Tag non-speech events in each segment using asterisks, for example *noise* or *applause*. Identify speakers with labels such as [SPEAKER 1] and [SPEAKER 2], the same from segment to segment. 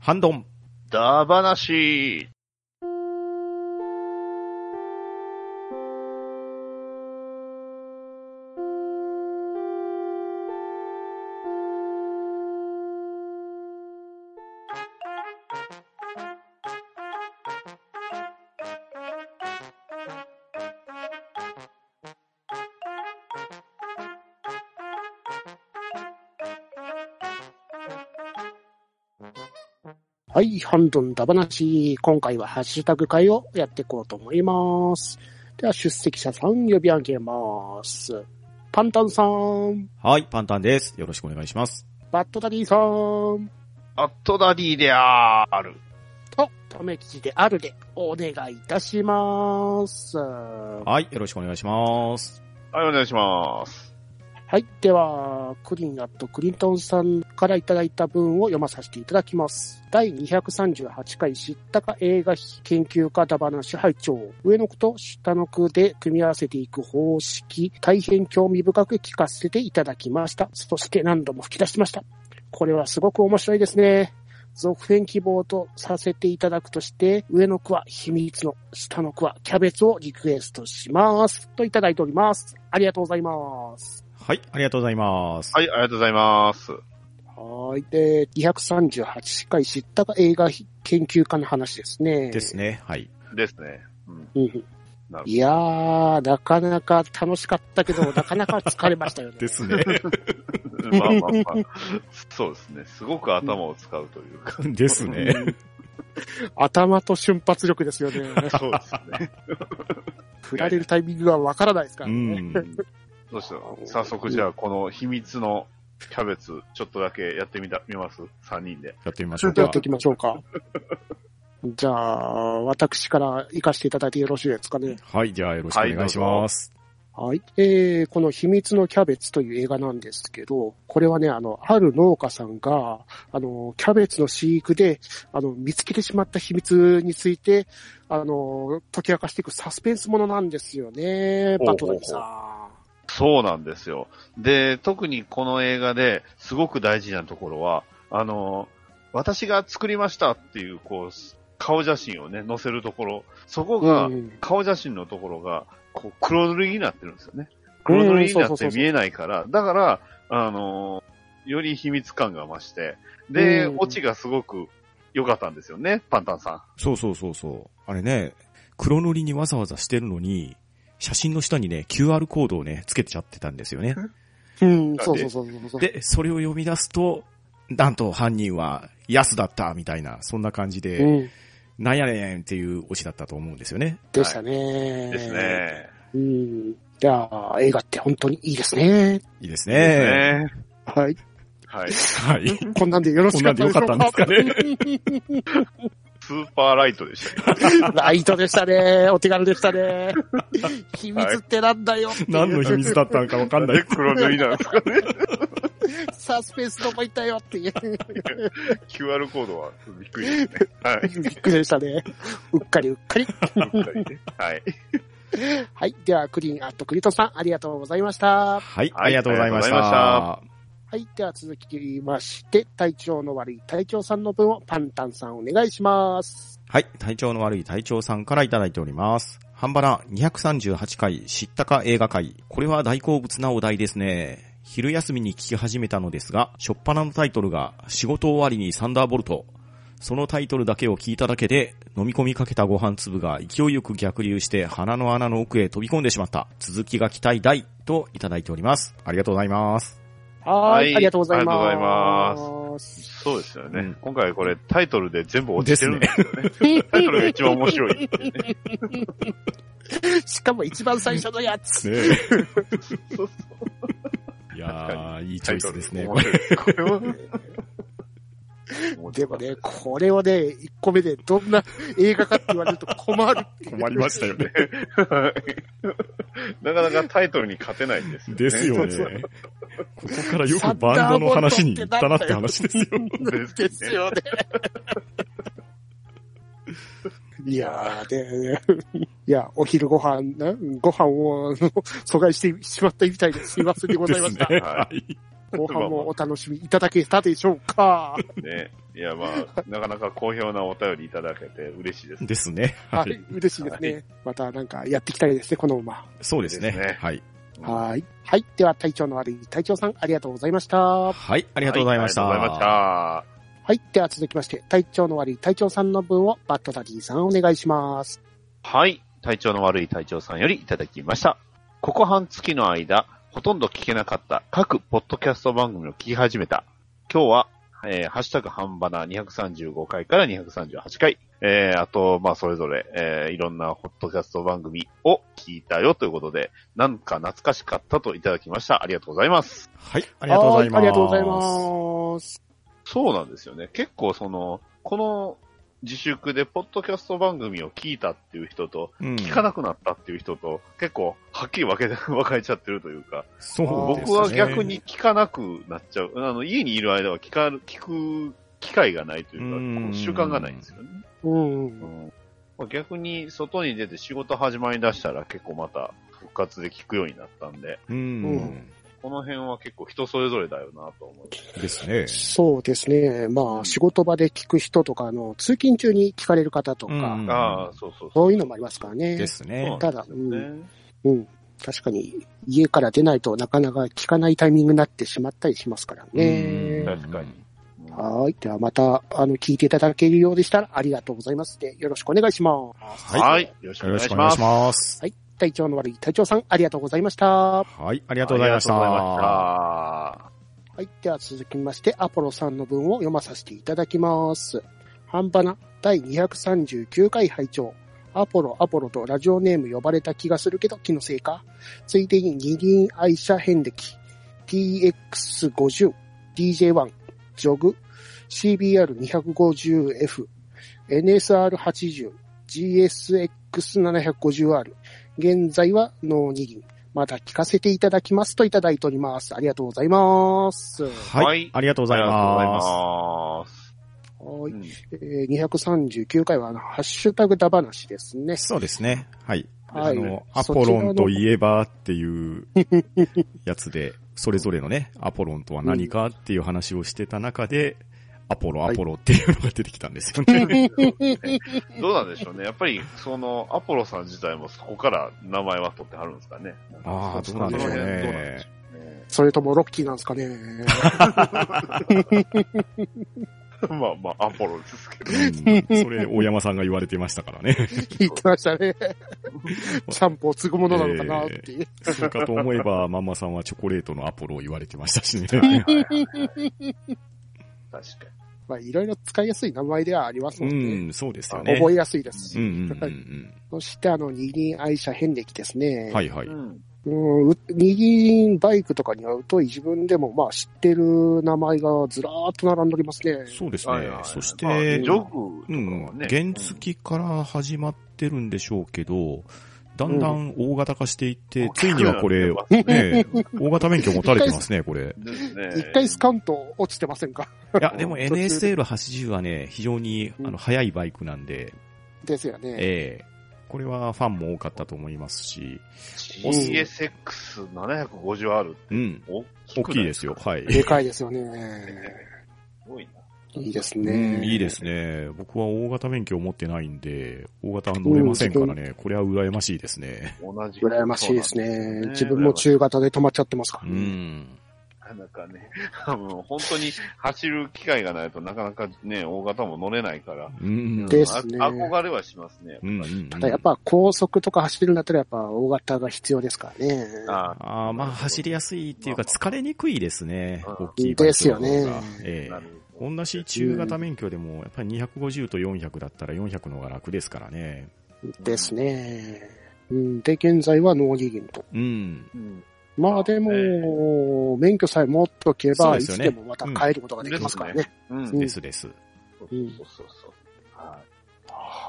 [SPEAKER 1] ハンドン。
[SPEAKER 2] ダバナシ
[SPEAKER 3] はい、ハンドンダバなし。今回はハッシュタグ会をやっていこうと思います。では、出席者さん呼び上げます。パンタンさん、
[SPEAKER 1] はい、パンタンです。よろしくお願いします。
[SPEAKER 3] バットダディさん、
[SPEAKER 2] アットダディであーる。
[SPEAKER 3] と、ためきであるでお願いいたします。は
[SPEAKER 1] はい、よろしくお願いします。
[SPEAKER 2] はい、お願いします。
[SPEAKER 3] い、では、クリンアットクリントンさんからいただいた文を読まさせていただきます。第238回知ったか映画研究家だ話拝聴上の句と下の句で組み合わせていく方式、大変興味深く聞かせていただきました。そして何度も吹き出しました。これはすごく面白いですね。続編希望とさせていただくとして、上の句は秘密の、下の句はキャベツをリクエストします。といただいております。ありがとうございます。
[SPEAKER 1] はい、ありがとうございます。
[SPEAKER 2] はい、ありがとうございます。
[SPEAKER 3] はい。で、238回知ったか映画研究家の話ですね。
[SPEAKER 1] ですね、
[SPEAKER 3] *laughs*
[SPEAKER 1] はい。
[SPEAKER 2] ですね。うん。
[SPEAKER 3] うんうん
[SPEAKER 2] なるほど
[SPEAKER 3] いやー、なかなか楽しかった
[SPEAKER 1] *laughs*
[SPEAKER 3] けど、なかなか疲れましたよね。
[SPEAKER 1] ですね。
[SPEAKER 2] まあまあまあ。そうですね。すごく頭を使うというか。
[SPEAKER 1] ですね。
[SPEAKER 3] 頭と瞬発力ですよね。
[SPEAKER 1] *laughs*
[SPEAKER 2] そうです *laughs* ね。
[SPEAKER 3] 振られるタイミングがわからないです
[SPEAKER 1] *laughs*
[SPEAKER 3] か
[SPEAKER 1] う
[SPEAKER 3] らね。
[SPEAKER 1] ん。
[SPEAKER 2] どうした早速じゃあ、この秘密のキャベツ、ちょっとだけやってみた、見ます ?3 人で。
[SPEAKER 1] やってみまし
[SPEAKER 3] ち
[SPEAKER 1] ょ
[SPEAKER 3] ょ
[SPEAKER 1] う
[SPEAKER 3] っと
[SPEAKER 1] か。
[SPEAKER 3] やっていきましょうか。じゃあ、私から行かせていただいてよろしいですかね。
[SPEAKER 1] はい、じゃあよろしくお願いします。
[SPEAKER 3] はい。えー、この秘密のキャベツという映画なんですけど、これはね、あの、ある農家さんが、あの、キャベツの飼育で、あの、見つけてしまった秘密について、あの、解き明かしていくサスペンスものなんですよね、
[SPEAKER 2] ほうほうほう
[SPEAKER 3] バトナミさん。
[SPEAKER 2] そうなんですよ。で、特にこの映画ですごく大事なところは、あの、私が作りましたっていう、こう、顔写真をね、載せるところ、そこが
[SPEAKER 3] う、ん
[SPEAKER 2] 顔写真のところが、こう、黒塗りになってるんですよね。黒塗りになって見えないから、だから、あのーより秘密感が増して、で、
[SPEAKER 3] うん
[SPEAKER 2] オチがすごく良かったんですよね、パンタンさん。
[SPEAKER 1] そうそうそうそう。あれね、黒塗りにわざわざしてるのに、写真の下にね、QR コードをね、つけちゃってたんですよね。
[SPEAKER 3] うん、そうそうそうそうそう。
[SPEAKER 1] で、それを読み出すと、なんと犯人は安だった、みたいな、そんな感じ
[SPEAKER 3] う
[SPEAKER 1] で、
[SPEAKER 3] ん、
[SPEAKER 1] なんやねんっていうオチだったと思うんですよね。
[SPEAKER 3] でしたね、
[SPEAKER 2] です。ね。
[SPEAKER 3] うん。じゃあ、映画って本当にいいですね。
[SPEAKER 1] いいです
[SPEAKER 2] です
[SPEAKER 1] ね。
[SPEAKER 2] ね。
[SPEAKER 3] はい。
[SPEAKER 2] はい。
[SPEAKER 1] *laughs* はい。
[SPEAKER 3] こんなんでよろしかったでしょう
[SPEAKER 1] こんなんでよかった
[SPEAKER 3] んですかね。
[SPEAKER 2] スーパーライトでしたけど。
[SPEAKER 3] *laughs* ライトでしたね。お手軽でしたね。秘密ってなんだよっていう
[SPEAKER 1] 何の秘密だったのかわかんな
[SPEAKER 2] なん
[SPEAKER 1] い
[SPEAKER 2] で。黒塗りなんですか *laughs* ね。
[SPEAKER 3] サスペンスどこ行ったよっていう。 *laughs*
[SPEAKER 2] QR コードはびっくりですね。はい。
[SPEAKER 3] びっくりでしたね。うっかりうっかり。
[SPEAKER 2] うっかりねはい。
[SPEAKER 3] はい。では、クリーンアットクリトさん、ありがとうございました。
[SPEAKER 1] はい、ありがとうございまし
[SPEAKER 2] あ
[SPEAKER 1] た。
[SPEAKER 3] はい。では、続きまして、体調の悪い隊長さんの分をパンタンさんお願いします。
[SPEAKER 1] はい、体調の悪い隊長さんからいただいております。ハンバラ238回知ったか映画会。これは大好物なお題ですね。昼休みに聞き始めたのですが、初っ端のタイトルが仕事終わりにサンダーボルト。そのタイトルだけを聞いただけで、飲み込みかけたご飯粒が勢いよく逆流して鼻の穴の奥へ飛び込んでしまった。続きが期待大といただいております。ありがとうございます。
[SPEAKER 3] は。
[SPEAKER 2] はいい
[SPEAKER 3] ありがとうござい
[SPEAKER 2] ありがとう
[SPEAKER 3] ます。
[SPEAKER 2] そうですよね。
[SPEAKER 1] うん
[SPEAKER 2] 今回これタイトルで全部落ちてるんですよね。タイトルが一番面白いっていうね。
[SPEAKER 3] *laughs* しかも一番最初のや
[SPEAKER 1] *laughs*
[SPEAKER 3] つ。
[SPEAKER 1] ね
[SPEAKER 2] そうそう
[SPEAKER 1] いやー、いいチョイスですね。
[SPEAKER 2] タイトル面白いこれは。
[SPEAKER 3] でもね、これをね、1個目でどんな映画かって言われると困る。
[SPEAKER 1] 困りましたよね。
[SPEAKER 2] *laughs* なかなかタイトルに勝てないんですよ、
[SPEAKER 1] *laughs*
[SPEAKER 2] ね。
[SPEAKER 1] ですよね。ここからよくバンドの話に行ったなって話ですよ。
[SPEAKER 3] ですよね。いやー、ね、いや、お昼ご飯、なご飯をあの阻害してしまったみたいですいませんでご
[SPEAKER 1] で
[SPEAKER 3] ざいますした。
[SPEAKER 1] ね。はい。
[SPEAKER 3] 後半もお楽しみいただけたでしょうか。
[SPEAKER 2] ね。いや、まあ、なかなか好評なお便りいただけて嬉しいです。
[SPEAKER 1] ですね。
[SPEAKER 3] は
[SPEAKER 1] はいい。、
[SPEAKER 3] 嬉しいですね。またなんかやっていきたいですね、この馬。
[SPEAKER 1] そうです
[SPEAKER 2] ですね
[SPEAKER 1] ね。はい。
[SPEAKER 3] はい。はい。では、隊長の悪い隊長さん、ありがとうございました。は
[SPEAKER 1] はい、あ
[SPEAKER 2] あ
[SPEAKER 1] りがとうございました。
[SPEAKER 2] ありがとうございました。
[SPEAKER 3] い。では、続きまして、隊長の悪い隊長さんの分をバットダディさんお願いします。
[SPEAKER 2] はい。体調の悪い隊長さんよりいただきました。ここ半月の間、ほとんど聞けなかった各ポッドキャスト番組を聞き始めた。今日は、えーハッシュタグ半ばな235回から238回。えーあと、まあ、それぞれ、えーいろんなポッドキャスト番組を聞いたよということで、なんか懐かしかったといただきました。ありがとうございます。
[SPEAKER 1] はい、あ
[SPEAKER 3] あ
[SPEAKER 1] りがとうございます。
[SPEAKER 3] ありがとうございます。
[SPEAKER 2] そうなんですよね。結構その、この自粛でポッドキャスト番組を聞いたっていう人と、
[SPEAKER 1] うん
[SPEAKER 2] 聞かなくなったっていう人と、結構はっきり分けて、 *laughs* 分かれちゃってるというか、
[SPEAKER 1] そうですね
[SPEAKER 2] 僕は逆に聞かなくなっちゃう。あの、家にいる間は聞か、聞く機会がないというか、
[SPEAKER 1] うん
[SPEAKER 2] こう習慣がないんですよね。
[SPEAKER 3] うんう。
[SPEAKER 2] うんんまあ逆に外に出て仕事始まりだしたら結構また復活で聞くようになったんで、
[SPEAKER 1] う。
[SPEAKER 3] うん
[SPEAKER 2] この辺は結構人それぞれだよなと思って。
[SPEAKER 1] ですね。
[SPEAKER 3] そうですね。まあ、仕事場で聞く人とか、あの、通勤中に聞かれる方とか、
[SPEAKER 1] うん
[SPEAKER 2] ああ、そうそうそう。
[SPEAKER 3] そういうのもありますからね。
[SPEAKER 1] です
[SPEAKER 2] そうな
[SPEAKER 1] ね
[SPEAKER 2] ん。
[SPEAKER 3] ただ、う
[SPEAKER 2] ですよ
[SPEAKER 3] ん、
[SPEAKER 2] ね。
[SPEAKER 3] うん。確かに、家から出ないとなかなか聞かないタイミングになってしまったりしますから
[SPEAKER 1] うん
[SPEAKER 3] ね。
[SPEAKER 2] 確かに。うん
[SPEAKER 3] はい。ではまた、あの、聞いていただけるようでしたらありがとうございます。で、よろしくお願いします。
[SPEAKER 1] はい
[SPEAKER 2] はい。よろしく
[SPEAKER 1] よ
[SPEAKER 2] お願
[SPEAKER 1] ろ
[SPEAKER 2] い
[SPEAKER 1] しく
[SPEAKER 2] し
[SPEAKER 1] お願い
[SPEAKER 2] ま
[SPEAKER 1] し
[SPEAKER 2] す。
[SPEAKER 1] ます。
[SPEAKER 3] 体調の悪い隊長さん、ありがとうございました。は
[SPEAKER 1] はい、あり
[SPEAKER 2] あ
[SPEAKER 1] がとうございました。
[SPEAKER 2] りがとうございました
[SPEAKER 3] い。では続きまして、アポロさんの文を読まさせていただきます。半端な第239回拝聴アポロアポロとラジオネーム呼ばれた気がするけど気のせいか。ついでに二輪愛車遍歴、TX50、DJ1、ジョグ、CBR250F、NSR80、GSX750R、現在はノー二輪。また聞かせていただきますといただいております。ありがとうございます。は
[SPEAKER 1] は
[SPEAKER 2] はいい、
[SPEAKER 1] ありがとうございま
[SPEAKER 3] い。
[SPEAKER 2] りがとうございます。
[SPEAKER 3] えー239回は、あのハッシュタグだ話ですね。
[SPEAKER 1] す。そうですね。はい。
[SPEAKER 3] は
[SPEAKER 1] あ
[SPEAKER 3] い。
[SPEAKER 1] の、ア
[SPEAKER 3] そちら
[SPEAKER 1] ポ
[SPEAKER 3] の
[SPEAKER 1] ロンといえばっていうやつで、 *laughs* それぞれのね、アポロンとは何かっていう話をしてた中で、アポロ、アポロっていうのが出てきたんですよね。
[SPEAKER 2] うんどうなんでしょうね。やっぱり、その、アポロさん自体もそこから名前は取ってはるんですかね。
[SPEAKER 1] *laughs*
[SPEAKER 2] *laughs*
[SPEAKER 1] ああ、ど
[SPEAKER 2] そう
[SPEAKER 1] なんでしょう
[SPEAKER 2] その辺どうなん
[SPEAKER 1] ね
[SPEAKER 2] でし。ょうね
[SPEAKER 3] それともロッキーなんですかね。
[SPEAKER 1] *laughs*
[SPEAKER 2] まあまあ、アポロですけど。
[SPEAKER 1] うんそれ、大山さんが言われてましたからね。
[SPEAKER 3] *laughs* 言ってまし
[SPEAKER 1] *laughs*
[SPEAKER 3] たね。シャンプーを継ぐものなのかなっていう。
[SPEAKER 1] そうかと思えば、マンマさんはチョコレートのアポロを言われてました
[SPEAKER 3] *laughs*
[SPEAKER 1] しね。
[SPEAKER 2] 確か
[SPEAKER 3] まあ、いろいろ使いやすい名前ではあります
[SPEAKER 1] う
[SPEAKER 3] ので、ね
[SPEAKER 1] ん、そうですよね。
[SPEAKER 3] 覚えやすいですし。
[SPEAKER 1] うんうんうん
[SPEAKER 3] そして、あの、二輪愛車遍歴です
[SPEAKER 1] う
[SPEAKER 3] ね。
[SPEAKER 1] ん。はいはい
[SPEAKER 2] に。。うん。
[SPEAKER 3] うんう二輪バイクとかには疎い自分でも、まあ、知ってる名前がずらーっと並んでおりますね。
[SPEAKER 1] そうです
[SPEAKER 2] はい
[SPEAKER 1] ね
[SPEAKER 2] はいは。い
[SPEAKER 1] そし
[SPEAKER 2] まあ
[SPEAKER 1] て
[SPEAKER 2] ジ、ョ
[SPEAKER 1] う
[SPEAKER 2] グとかは
[SPEAKER 1] ん
[SPEAKER 2] ね。、
[SPEAKER 1] 原付から始まってるんでしょうけど、だんだん大型化していっ
[SPEAKER 2] う
[SPEAKER 1] て
[SPEAKER 2] ん、
[SPEAKER 1] ついにはこれ、
[SPEAKER 2] 大きく
[SPEAKER 1] *laughs* ね
[SPEAKER 2] なってますね
[SPEAKER 1] 大型免許持たれてますね、これ。
[SPEAKER 2] ですね。
[SPEAKER 3] 一回スカント落ちてませんか
[SPEAKER 1] いや、でも NSL80 はね、非常に、あ
[SPEAKER 3] うん
[SPEAKER 1] の、速いバイクなんで、
[SPEAKER 3] ですよね。
[SPEAKER 1] ええ、これはファンも多かったと思いますし、
[SPEAKER 2] CSX750R
[SPEAKER 1] うん、
[SPEAKER 2] 大
[SPEAKER 1] 大
[SPEAKER 2] く
[SPEAKER 1] き
[SPEAKER 2] ない
[SPEAKER 1] ですよ、はい。
[SPEAKER 3] でかいですよね。
[SPEAKER 2] すごいな。
[SPEAKER 3] いいです
[SPEAKER 1] う
[SPEAKER 3] ね。
[SPEAKER 1] ん、いいですね。僕は大型免許を持ってないんで、大型は乗れませんからね、これは羨ましいですね。
[SPEAKER 2] 同じ。
[SPEAKER 3] 羨ましいですね。自分
[SPEAKER 2] 羨
[SPEAKER 3] も
[SPEAKER 2] ましい
[SPEAKER 3] 中型で止まっちゃってますか
[SPEAKER 1] う
[SPEAKER 3] らね。
[SPEAKER 1] ん。
[SPEAKER 2] なかなかね、 *laughs* あの本当に走る機会がないとなかなかね、大型も乗れないから、
[SPEAKER 1] うん。
[SPEAKER 3] ですね
[SPEAKER 2] あ憧れはしますね。
[SPEAKER 1] うんうんうん
[SPEAKER 3] ただやっぱ高速とか走るんだったらやっぱ大型が必要ですからね。
[SPEAKER 2] あ
[SPEAKER 1] ああ、まあ、走りやすいっていうか、疲れにくいですね。
[SPEAKER 2] うん
[SPEAKER 1] 大きいバイクの方が
[SPEAKER 3] ですよね
[SPEAKER 1] え
[SPEAKER 2] な
[SPEAKER 1] え
[SPEAKER 2] るほど
[SPEAKER 1] 同じ中型免許でも、やっぱり250と400だったら400の方が楽ですからね。
[SPEAKER 3] ですね。うん、で、現在はノーリーギンと。
[SPEAKER 1] うん。
[SPEAKER 2] うん
[SPEAKER 3] まあで
[SPEAKER 2] え
[SPEAKER 3] も、免許さえ持っとけ
[SPEAKER 1] そう
[SPEAKER 3] ば、
[SPEAKER 1] で
[SPEAKER 3] い
[SPEAKER 1] すよ
[SPEAKER 3] つ
[SPEAKER 1] ね
[SPEAKER 3] でもまた帰ることができますからね。
[SPEAKER 2] うんそう
[SPEAKER 1] ですです。
[SPEAKER 3] うん
[SPEAKER 2] そうそうそう。はい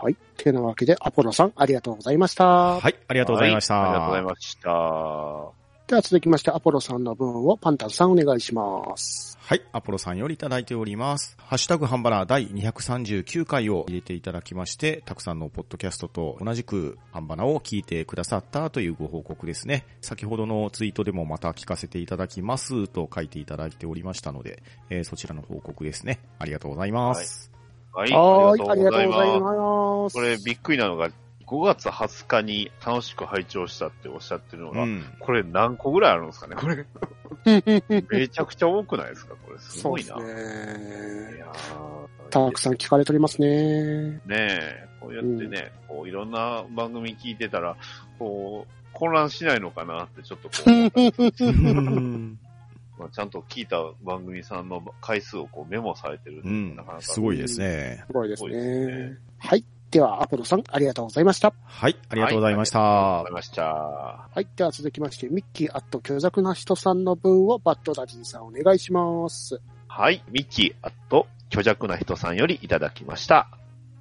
[SPEAKER 3] はい。てなわけで、アポロさん、ありがとうございました。
[SPEAKER 1] はい、ありがとうございました。
[SPEAKER 2] はいありがとうございました。
[SPEAKER 3] では続きまして、アポロさんの分をパンタンさんお願いします。
[SPEAKER 1] はい、アポロさんよりいただいております。ハッシュタグハンバラー第239回を入れていただきまして、たくさんのポッドキャストと同じくハンバナを聞いてくださったというご報告ですね。先ほどのツイートでもまた聞かせていただきますと書いていただいておりましたので、えーそちらの報告ですね。ありがとうございます。
[SPEAKER 2] はい、
[SPEAKER 3] は
[SPEAKER 2] あ
[SPEAKER 3] ー
[SPEAKER 2] り
[SPEAKER 3] い、あ
[SPEAKER 2] が
[SPEAKER 3] り
[SPEAKER 2] とう
[SPEAKER 3] がと
[SPEAKER 2] ございう
[SPEAKER 3] ござい
[SPEAKER 2] ます。
[SPEAKER 3] ます。
[SPEAKER 2] これ、びっくりなのが、5月20日に楽しく拝聴したっておっしゃってるのが、
[SPEAKER 1] う
[SPEAKER 2] *laughs*
[SPEAKER 1] ん。
[SPEAKER 2] これ何個ぐらいあるんですかねこれ、めちゃくちゃ多くないですかこれ、す
[SPEAKER 3] *laughs* そう
[SPEAKER 2] ご
[SPEAKER 3] で
[SPEAKER 2] い
[SPEAKER 3] す
[SPEAKER 2] な。い
[SPEAKER 3] ね。
[SPEAKER 2] やー
[SPEAKER 3] たくさん聞かれておりますね。
[SPEAKER 2] ねえ、こうやってね、こういろんな番組聞いてたら、こう、混乱しないのかなってちょっとこう、
[SPEAKER 1] うん
[SPEAKER 2] まあちゃんと聞いた番組さんの回数をこうメモされてるって
[SPEAKER 1] う
[SPEAKER 2] いうの
[SPEAKER 1] ん
[SPEAKER 2] はなかなか。
[SPEAKER 1] すごいですね。
[SPEAKER 3] すごいです
[SPEAKER 2] すごいです
[SPEAKER 3] ね
[SPEAKER 2] ね。
[SPEAKER 3] はい。では、アポロさん、ありがとうございました。
[SPEAKER 1] はい、ありがとうございました。
[SPEAKER 2] はありがとうございました。
[SPEAKER 3] はい。では続きまして、ミッキーアット巨弱な人さんの分をバッドダディさんお願いします。
[SPEAKER 2] はい、ミッキー、あと、虚弱な人さんよりいただきました。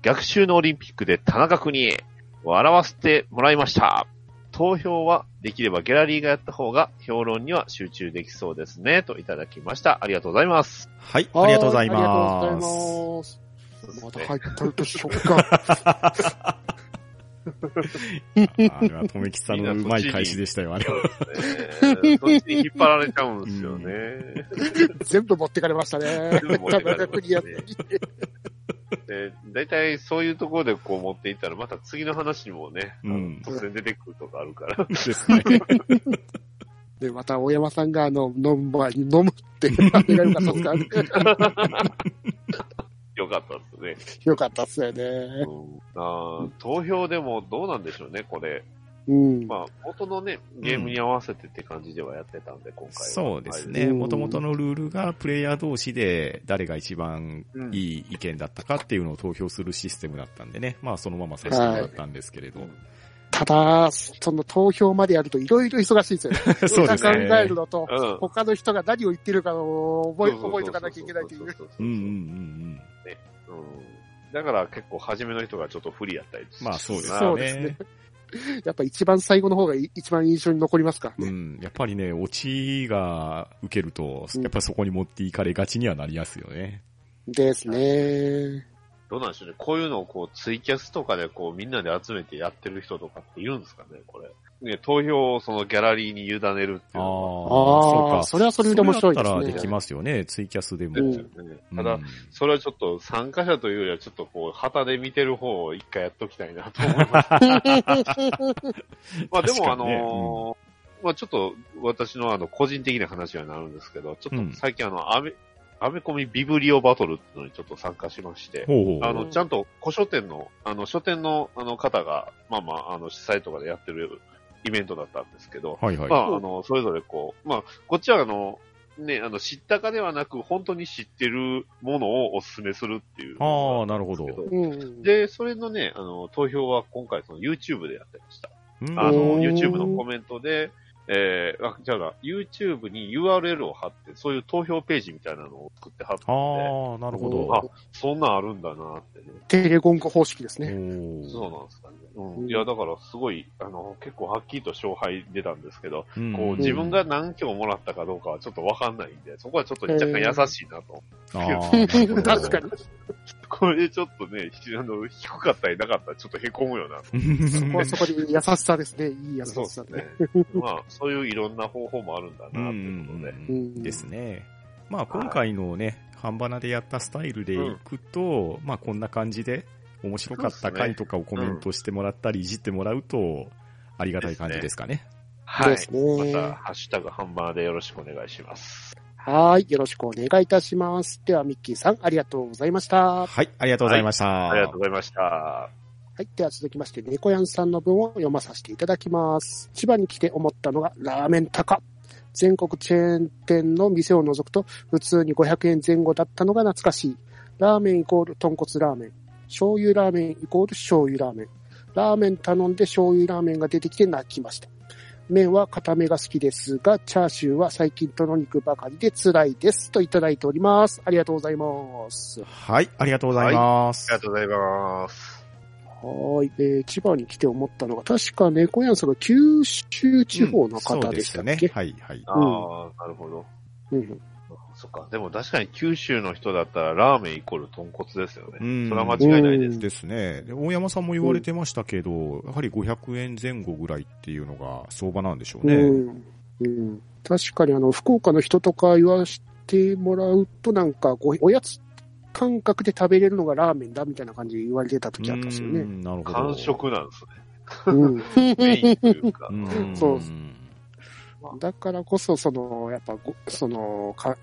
[SPEAKER 2] 逆襲のオリンピックで田中邦衛、笑わせてもらいました。投票はできればギャラリーがやった方が評論には集中できそうですね、といただきました。ありがとうございます。
[SPEAKER 1] はい、ありがとうござい
[SPEAKER 3] はありが
[SPEAKER 1] ま
[SPEAKER 3] とう
[SPEAKER 1] す。
[SPEAKER 3] ございます。まだ入ったんでしょうか。
[SPEAKER 1] あれは、とめきさんのうまい返しでしたよ、あれは。
[SPEAKER 2] *laughs* ねえそっちに引っ張られちゃうんで
[SPEAKER 1] *laughs*
[SPEAKER 2] すよね。
[SPEAKER 3] 全部持ってかれましたね。
[SPEAKER 2] 全部持ってかれましたね
[SPEAKER 3] 国やに
[SPEAKER 2] で大体そういうところでこう持っていったら、また次の話にもね、
[SPEAKER 1] うん
[SPEAKER 2] 突然出てくるとかあるから。 *laughs*
[SPEAKER 1] ですね。
[SPEAKER 3] で、また、大山さんが、あの、飲む前に飲むって、あれが良かったですからね。
[SPEAKER 2] よかったですね。
[SPEAKER 3] よかったっすよね。
[SPEAKER 2] うんあー投票でもどうなんでしょうね、これ。
[SPEAKER 3] うん。
[SPEAKER 2] まあ、元のね、ゲームに合わせてって感じではやってたんで、今回は。
[SPEAKER 1] そうです
[SPEAKER 3] は
[SPEAKER 1] ね。
[SPEAKER 3] い
[SPEAKER 1] もともとのルールがプレイヤー同士で誰が一番
[SPEAKER 2] うん
[SPEAKER 1] いい意見だったかっていうのを投票するシステムだったんでね。まあそのままさせてもらったんですけれ *laughs* ど。
[SPEAKER 3] ただ、その投票までやるといろいろ忙しいですよね。
[SPEAKER 1] そうです
[SPEAKER 3] 考え
[SPEAKER 1] ね
[SPEAKER 3] る。のと、
[SPEAKER 2] はい。うん。
[SPEAKER 3] 他の人が何を言ってるかを覚え、
[SPEAKER 2] そうそうそう
[SPEAKER 3] 覚えとかなきゃいけないという。。
[SPEAKER 2] そうそう
[SPEAKER 1] う
[SPEAKER 2] そ
[SPEAKER 1] ん
[SPEAKER 2] う
[SPEAKER 1] うんうん
[SPEAKER 2] うんだから結構初めの人がちょっと不利やったり
[SPEAKER 1] うん。まあそうです
[SPEAKER 3] そ
[SPEAKER 1] よ
[SPEAKER 3] うです
[SPEAKER 1] ね
[SPEAKER 3] ね。やっぱ一番最後の方がい一番印象に残りますか。
[SPEAKER 1] うん。やっぱりね、オチが受けると、やっぱりそこに持っていかれがちにはなりやすよね。
[SPEAKER 3] ですね。
[SPEAKER 2] どうなんでしょうね。こういうのをこうツイキャスとかでこうみんなで集めてやってる人とかっているんですかね、これ。ね、投票をそのギャラリーに委ねるっ
[SPEAKER 1] あ
[SPEAKER 2] てい
[SPEAKER 1] あ
[SPEAKER 2] うのは。、
[SPEAKER 1] そう
[SPEAKER 3] ああ、
[SPEAKER 1] か。
[SPEAKER 3] それはそれで面白いで
[SPEAKER 1] それだったらですき
[SPEAKER 3] ね。
[SPEAKER 1] ますよね。ツイキャスでも。
[SPEAKER 2] ですよねただ、
[SPEAKER 1] うん
[SPEAKER 2] それはちょっと参加者というよりはちょっとこう、旗で見てる方を一回やっときたいなと思い
[SPEAKER 1] *laughs*
[SPEAKER 2] ます。まあで
[SPEAKER 1] 確
[SPEAKER 2] も
[SPEAKER 1] か
[SPEAKER 2] あ
[SPEAKER 1] に
[SPEAKER 2] の
[SPEAKER 1] ね
[SPEAKER 2] ーまあちょっと私のあの、個人的な話にはなるんですけど、ちょ
[SPEAKER 1] う
[SPEAKER 2] っ
[SPEAKER 1] ん
[SPEAKER 2] と最近あの、アメ、アメコミビブリオバトルっていうのにちょっと参加しまして、
[SPEAKER 1] ほうほう
[SPEAKER 2] あの、ちゃんと古書店の、あの、書店のあの方が、まあまあ、あの、主催とかでやってるイベントだったんですけど、
[SPEAKER 1] はいはい。
[SPEAKER 2] まあ、あの、それぞれこう、まあ、こっちはあの、ね、あの、知ったかではなく、本当に知ってるものをお勧めするっていう。
[SPEAKER 1] ああ、なるほど。
[SPEAKER 3] うん。
[SPEAKER 2] で、それのね、あの、投票は今回その YouTube でやってました。
[SPEAKER 1] うん
[SPEAKER 2] あ
[SPEAKER 3] お
[SPEAKER 2] の、
[SPEAKER 3] ー
[SPEAKER 2] YouTube のコメントで、えー、あ、じゃあ、YouTube に URL を貼って、そういう投票ページみたいなのを作って貼ってて、
[SPEAKER 1] ああ、なるほど。
[SPEAKER 2] あ、そんなんあるんだなってね。
[SPEAKER 3] テレゴンゴ方式です
[SPEAKER 1] お *laughs*
[SPEAKER 3] ね。
[SPEAKER 1] ー
[SPEAKER 2] そうなんですかね。
[SPEAKER 3] う
[SPEAKER 2] うんん。いや、だからすごい、あの、結構はっきりと勝敗出たんですけど、
[SPEAKER 1] うん
[SPEAKER 2] こう、自分が何票もらったかどうかはちょっとわかんないんで、そこはちょっと若干優しいなと。
[SPEAKER 1] あーなるほど
[SPEAKER 3] *laughs* 確かに。
[SPEAKER 2] これでちょっとね、あの、低かったりなかったらちょっと凹むよな。 *laughs*
[SPEAKER 3] そこはそこで優しさですね。いい優しさね。
[SPEAKER 2] ね。まあ、そういういろんな方法もあるんだな、と
[SPEAKER 1] うん
[SPEAKER 2] いうことで。
[SPEAKER 1] うん
[SPEAKER 3] うん
[SPEAKER 1] ですね。まあ今回のね、半ばなでやったスタイルでいくと、まあこんな感じで面白かった回とかをコメントしてもらったりいじってもらうと、ありがたい感じですかね。
[SPEAKER 2] はい。
[SPEAKER 3] ですね
[SPEAKER 2] また、ハッシュタグハンバーでよろしくお願いします。
[SPEAKER 3] はい。よろしくお願いいたします。では、ミッキーさん、ありがとうございました。
[SPEAKER 1] はい、ありがとうございました。
[SPEAKER 2] ありがとうございました。
[SPEAKER 3] はい。では続きまして、猫やんさんの文を読まさせていただきます。千葉に来て思ったのが、ラーメン高。全国チェーン店の店を除くと、普通に500円前後だったのが懐かしい。ラーメンイコール豚骨ラーメン。醤油ラーメンイコール醤油ラーメン。ラーメン頼んで醤油ラーメンが出てきて泣きました。麺は固めが好きですが、チャーシューは最近との肉ばかりで辛いです。といただいております。ありがとうございます。
[SPEAKER 1] はい、ありがとうございます。
[SPEAKER 2] ありがとうございます。
[SPEAKER 3] はーい。えー千葉に来て思ったのが、確か猫やんさんが九州地方の方でした
[SPEAKER 1] う
[SPEAKER 3] っ
[SPEAKER 1] んそうです
[SPEAKER 3] け
[SPEAKER 1] よね。、はい、はい。
[SPEAKER 2] ああ、なるほど。
[SPEAKER 3] うん
[SPEAKER 2] そっか。でも確かに九州の人だったらラーメンイコール豚骨ですよね。
[SPEAKER 1] うん
[SPEAKER 2] それは間違いないです。
[SPEAKER 3] うん
[SPEAKER 1] ですね。で大山さんも言われてましたけど、やはり500円前後ぐらいっていうのが相場なんでしょうね。
[SPEAKER 3] うんうん、確かにあの福岡の人とか言わしてもらうと、なんかごおやつ感覚で食べれるのがラーメンだみたいな感じで言われてた時あったんですよ
[SPEAKER 1] う
[SPEAKER 3] ね。
[SPEAKER 1] んなるほど。
[SPEAKER 2] 完食なんですね。
[SPEAKER 3] うん、
[SPEAKER 2] メインというか。
[SPEAKER 1] うん。
[SPEAKER 3] そう
[SPEAKER 1] うん *laughs*
[SPEAKER 3] だからこそその、やっぱごそのか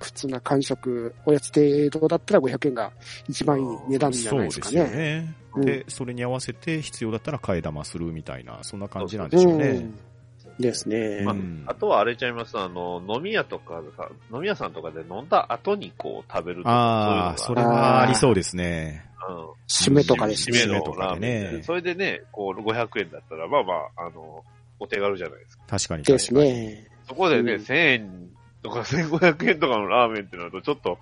[SPEAKER 3] 普通な間食、おやつ程度だったら500円が一番いい値段じゃ
[SPEAKER 1] そう
[SPEAKER 3] ない
[SPEAKER 1] で
[SPEAKER 3] ですか
[SPEAKER 1] すよ
[SPEAKER 3] ね。
[SPEAKER 1] ね。
[SPEAKER 3] うん
[SPEAKER 1] で、それに合わせて必要だったら替え玉するみたいな、そんな感じなんでしょう
[SPEAKER 3] う
[SPEAKER 1] ね。
[SPEAKER 3] んですね。
[SPEAKER 2] ま
[SPEAKER 1] うん
[SPEAKER 2] あとはあれちゃいます、あの、飲み屋とかさ、飲み屋さんとかで飲んだ後にこう食べるとか。
[SPEAKER 1] ああ、
[SPEAKER 2] そ
[SPEAKER 1] そう
[SPEAKER 2] い
[SPEAKER 1] れ
[SPEAKER 2] うのが
[SPEAKER 1] はありそうですね。
[SPEAKER 2] うん
[SPEAKER 3] 締めとかです
[SPEAKER 2] 締
[SPEAKER 3] ね。
[SPEAKER 2] め
[SPEAKER 1] 締めと
[SPEAKER 2] の
[SPEAKER 1] か
[SPEAKER 2] ラ
[SPEAKER 1] で
[SPEAKER 2] ー
[SPEAKER 1] ね
[SPEAKER 2] メンで。それでね、こう、500円だったら、まあまあ、あの、お手軽じゃないですか。
[SPEAKER 1] 確かに。
[SPEAKER 3] ですね。
[SPEAKER 2] そこでね、
[SPEAKER 3] うん
[SPEAKER 2] 1000円とか1500円とかのラーメンってなると、ちょっと、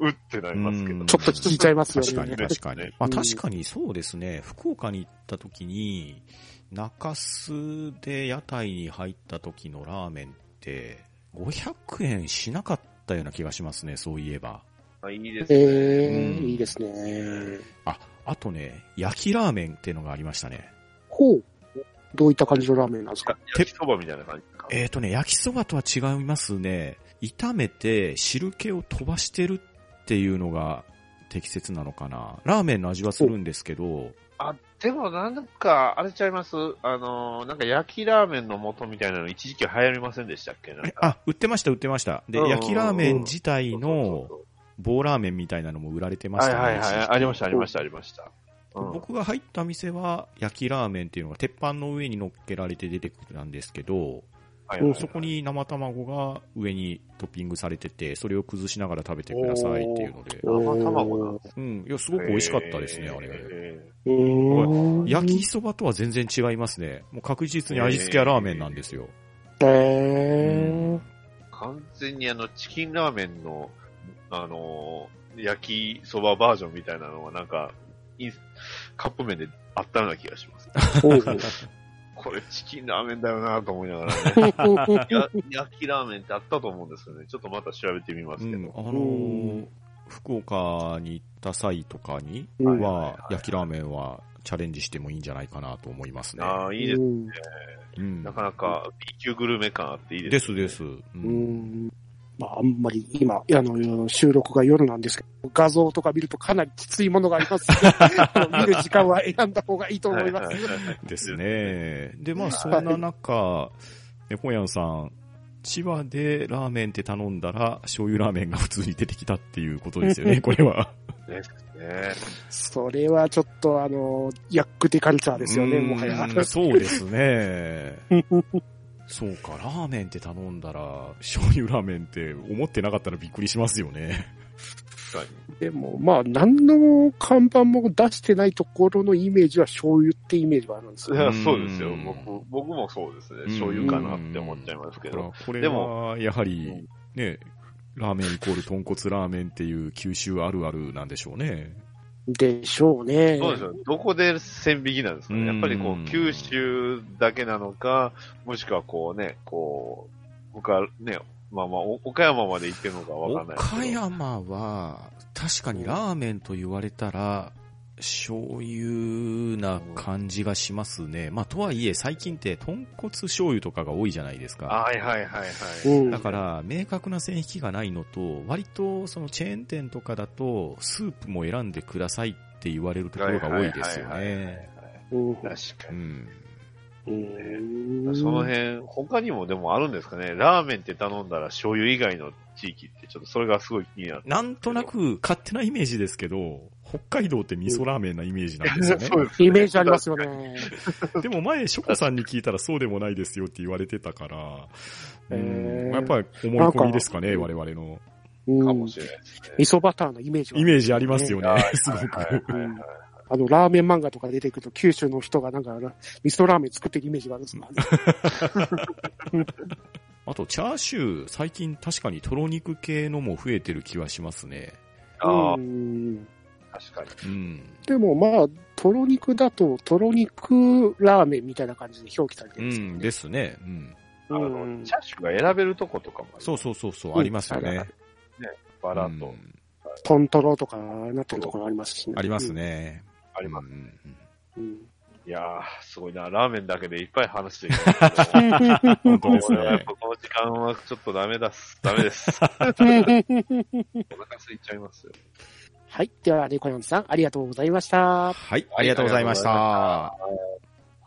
[SPEAKER 2] うってなりますけ
[SPEAKER 1] う
[SPEAKER 2] ど
[SPEAKER 1] ん。
[SPEAKER 3] ちょっと聞いちゃいますよ
[SPEAKER 1] 確
[SPEAKER 3] ね。
[SPEAKER 1] かに、確かに
[SPEAKER 2] ね。
[SPEAKER 1] まあ
[SPEAKER 3] うん
[SPEAKER 1] 確かにそうですね。福岡に行った時に、中洲で屋台に入った時のラーメンって、500円しなかったような気がしますね、そういえば。
[SPEAKER 2] あいいですね。
[SPEAKER 3] えー
[SPEAKER 1] うん
[SPEAKER 3] いいですね。
[SPEAKER 1] あ、あとね、焼きラーメンっていうのがありましたね。
[SPEAKER 3] ほう。どういった感じのラーメンなんですか
[SPEAKER 2] 焼きそばみたいな感じか。
[SPEAKER 1] えっ、とね、焼きそばとは違いますね。炒めて汁気を飛ばしてるっていうのが適切なのかな。ラーメンの味はするんですけど、
[SPEAKER 2] あ、でもなんか、あれちゃいますあの、なんか焼きラーメンの素みたいなの一時期流行りませんでしたっけなんか
[SPEAKER 1] あ、売ってました、売ってました。で、
[SPEAKER 2] うん
[SPEAKER 1] 焼きラーメン自体
[SPEAKER 2] そう
[SPEAKER 1] の
[SPEAKER 2] そう
[SPEAKER 1] 棒ラーメンみたいなのも売られて
[SPEAKER 2] そう
[SPEAKER 1] まし
[SPEAKER 2] はい
[SPEAKER 1] たね。。
[SPEAKER 2] はいはい。ありましたた、ありました、ありました。うん
[SPEAKER 1] 僕が入った店は、焼きラーメンっていうのが鉄板の上に乗っけられて出てくるんですけど、
[SPEAKER 2] はいはいはい
[SPEAKER 1] そこに生卵が上にトッピングされてて、それを崩しながら食べてくださいっていうので。
[SPEAKER 2] 生卵なんです
[SPEAKER 1] うん。いや、すごく美味しかったですね、あれ。
[SPEAKER 2] れ。
[SPEAKER 3] うん
[SPEAKER 1] 焼きそばとは全然違いますね。もう確実に味付けはラーメンなんですよ。
[SPEAKER 3] え
[SPEAKER 2] 完全にあの、チキンラーメンの、あのー焼きそばバージョンみたいなのはなんか、インスカップ麺であったような気がします。これチキンラーメンだよなと思いながらね。や焼きラーメンってあったと思うんですよね。ちょっとまた調べてみます
[SPEAKER 1] う
[SPEAKER 2] けど。
[SPEAKER 1] ん、あの
[SPEAKER 3] う
[SPEAKER 1] ー福岡に行った際とかに
[SPEAKER 3] うん
[SPEAKER 1] は、焼きラーメンはチャレンジしてもいいんじゃないかなと思いますね。
[SPEAKER 2] ああ、いいですね。
[SPEAKER 1] うん
[SPEAKER 2] なかなか B 級グルメ感あっていい
[SPEAKER 1] で
[SPEAKER 2] です
[SPEAKER 1] す
[SPEAKER 2] ね。
[SPEAKER 1] です。う
[SPEAKER 3] うんんまあ、あんまり今、あの、収録が夜なんですけど、画像とか見るとかなりきついものがありますのであの見る時間は選んだ方がいいと思います。
[SPEAKER 2] はいはいはい
[SPEAKER 1] です。ね。で、まあ、そんな中、猫やんさん、千葉でラーメンって頼んだら、醤油ラーメンが普通に出てきたっていうことですよ
[SPEAKER 3] *laughs*
[SPEAKER 1] ね、これは。
[SPEAKER 2] ですね。
[SPEAKER 3] それはちょっと、あの、ヤックデカルチャーですよね、
[SPEAKER 1] うん
[SPEAKER 3] もはや。
[SPEAKER 1] そうですね。そうか、ラーメンって頼んだら、醤油ラーメンって思ってなかったらびっくりしますよね。
[SPEAKER 2] 確か
[SPEAKER 3] でも、まあ、何の看板も出してないところのイメージは醤油ってイメージはあるんですよ。
[SPEAKER 2] に。いやそうですよ。
[SPEAKER 1] うん
[SPEAKER 2] 僕僕もそうですね。醤油かなって思っちゃいますけ
[SPEAKER 1] だから
[SPEAKER 2] ど。
[SPEAKER 1] *laughs* これ
[SPEAKER 2] で
[SPEAKER 1] は、
[SPEAKER 2] も
[SPEAKER 1] やはり、ね、ラーメンイコール豚骨ラーメンっていう九州あるあるなんでしょうね。
[SPEAKER 3] でしょうね。
[SPEAKER 2] そうですよ。どこで線引きなんですか
[SPEAKER 1] うん
[SPEAKER 2] ね。やっぱりこう、九州だけなのか、もしくはこうね、こう、他ね、まあまあ、お岡山まで行ってるのかわかんないですけど。
[SPEAKER 1] 岡山は、確かにラーメンと言われたら、醤油な感じがしますね。まあ、とはいえ、最近って豚骨醤油とかが多いじゃないですか。
[SPEAKER 2] はいはいはいはい。
[SPEAKER 3] うん
[SPEAKER 1] だから、明確な線引きがないのと、割と、そのチェーン店とかだと、スープも選んでくださいって言われるところが多いですよ
[SPEAKER 2] はいはいはいはい
[SPEAKER 1] ね。
[SPEAKER 3] うん
[SPEAKER 2] 確か
[SPEAKER 1] う
[SPEAKER 2] に。
[SPEAKER 1] ん。
[SPEAKER 3] うん
[SPEAKER 2] その辺、他にもでもあるんですかね。ラーメンって頼んだら醤油以外の地域って、ちょっとそれがすごい気になる。
[SPEAKER 1] なんとなく、勝手なイメージですけど、北海道って味噌ラーメンなイメージなんです
[SPEAKER 2] *laughs*
[SPEAKER 1] よね。
[SPEAKER 2] そうです
[SPEAKER 3] イメージありますよね。
[SPEAKER 1] でも前、ショコさんに聞いたらそうでもないですよって言われてたから、う
[SPEAKER 3] へ
[SPEAKER 1] ん、
[SPEAKER 3] ー
[SPEAKER 1] やっぱり思い込みですかね、
[SPEAKER 3] なん
[SPEAKER 1] 我
[SPEAKER 3] か
[SPEAKER 1] 々の。
[SPEAKER 3] うん
[SPEAKER 2] かもしれないですね。
[SPEAKER 3] 味噌バターのイメージは
[SPEAKER 1] イメージありますよね
[SPEAKER 2] は、
[SPEAKER 1] *laughs* すご
[SPEAKER 2] はい
[SPEAKER 1] く。
[SPEAKER 2] はい
[SPEAKER 3] うんあの、ラーメン漫画とか出てくると、九州の人がなんか、味噌ラーメン作ってるイメージがあるんですもんね。
[SPEAKER 1] あと、チャーシュー、最近確かにとろ肉系のも増えてる気はしますね。
[SPEAKER 2] *laughs* あ
[SPEAKER 3] うん
[SPEAKER 2] あ、確かに。
[SPEAKER 1] うん。
[SPEAKER 3] でもまあ、とろ肉だと、とろ肉ラーメンみたいな感じで表記されて
[SPEAKER 1] う
[SPEAKER 3] るんですよ
[SPEAKER 1] ん、ですね。うん。
[SPEAKER 2] あの、チャーシューが選べるとことかもある
[SPEAKER 1] そうそうそうそう、ありますよ
[SPEAKER 3] うん
[SPEAKER 1] ね。
[SPEAKER 2] バラと、
[SPEAKER 1] うん
[SPEAKER 3] トントロとかなってるところありますしね。
[SPEAKER 1] ありますね。
[SPEAKER 2] あります。
[SPEAKER 1] うん
[SPEAKER 3] うん。うん
[SPEAKER 2] いやー、すごいな。ラーメンだけでいっぱい話してる。 *laughs*
[SPEAKER 1] 本当です
[SPEAKER 2] この
[SPEAKER 1] ね。
[SPEAKER 2] 時間はちょっとダメ
[SPEAKER 3] *laughs*
[SPEAKER 2] だす。ダメです。お腹空いちゃいますよ。
[SPEAKER 3] はい。では、猫、コヨンさん、ありがとうございました。
[SPEAKER 1] はい、ありがとうございました。
[SPEAKER 3] は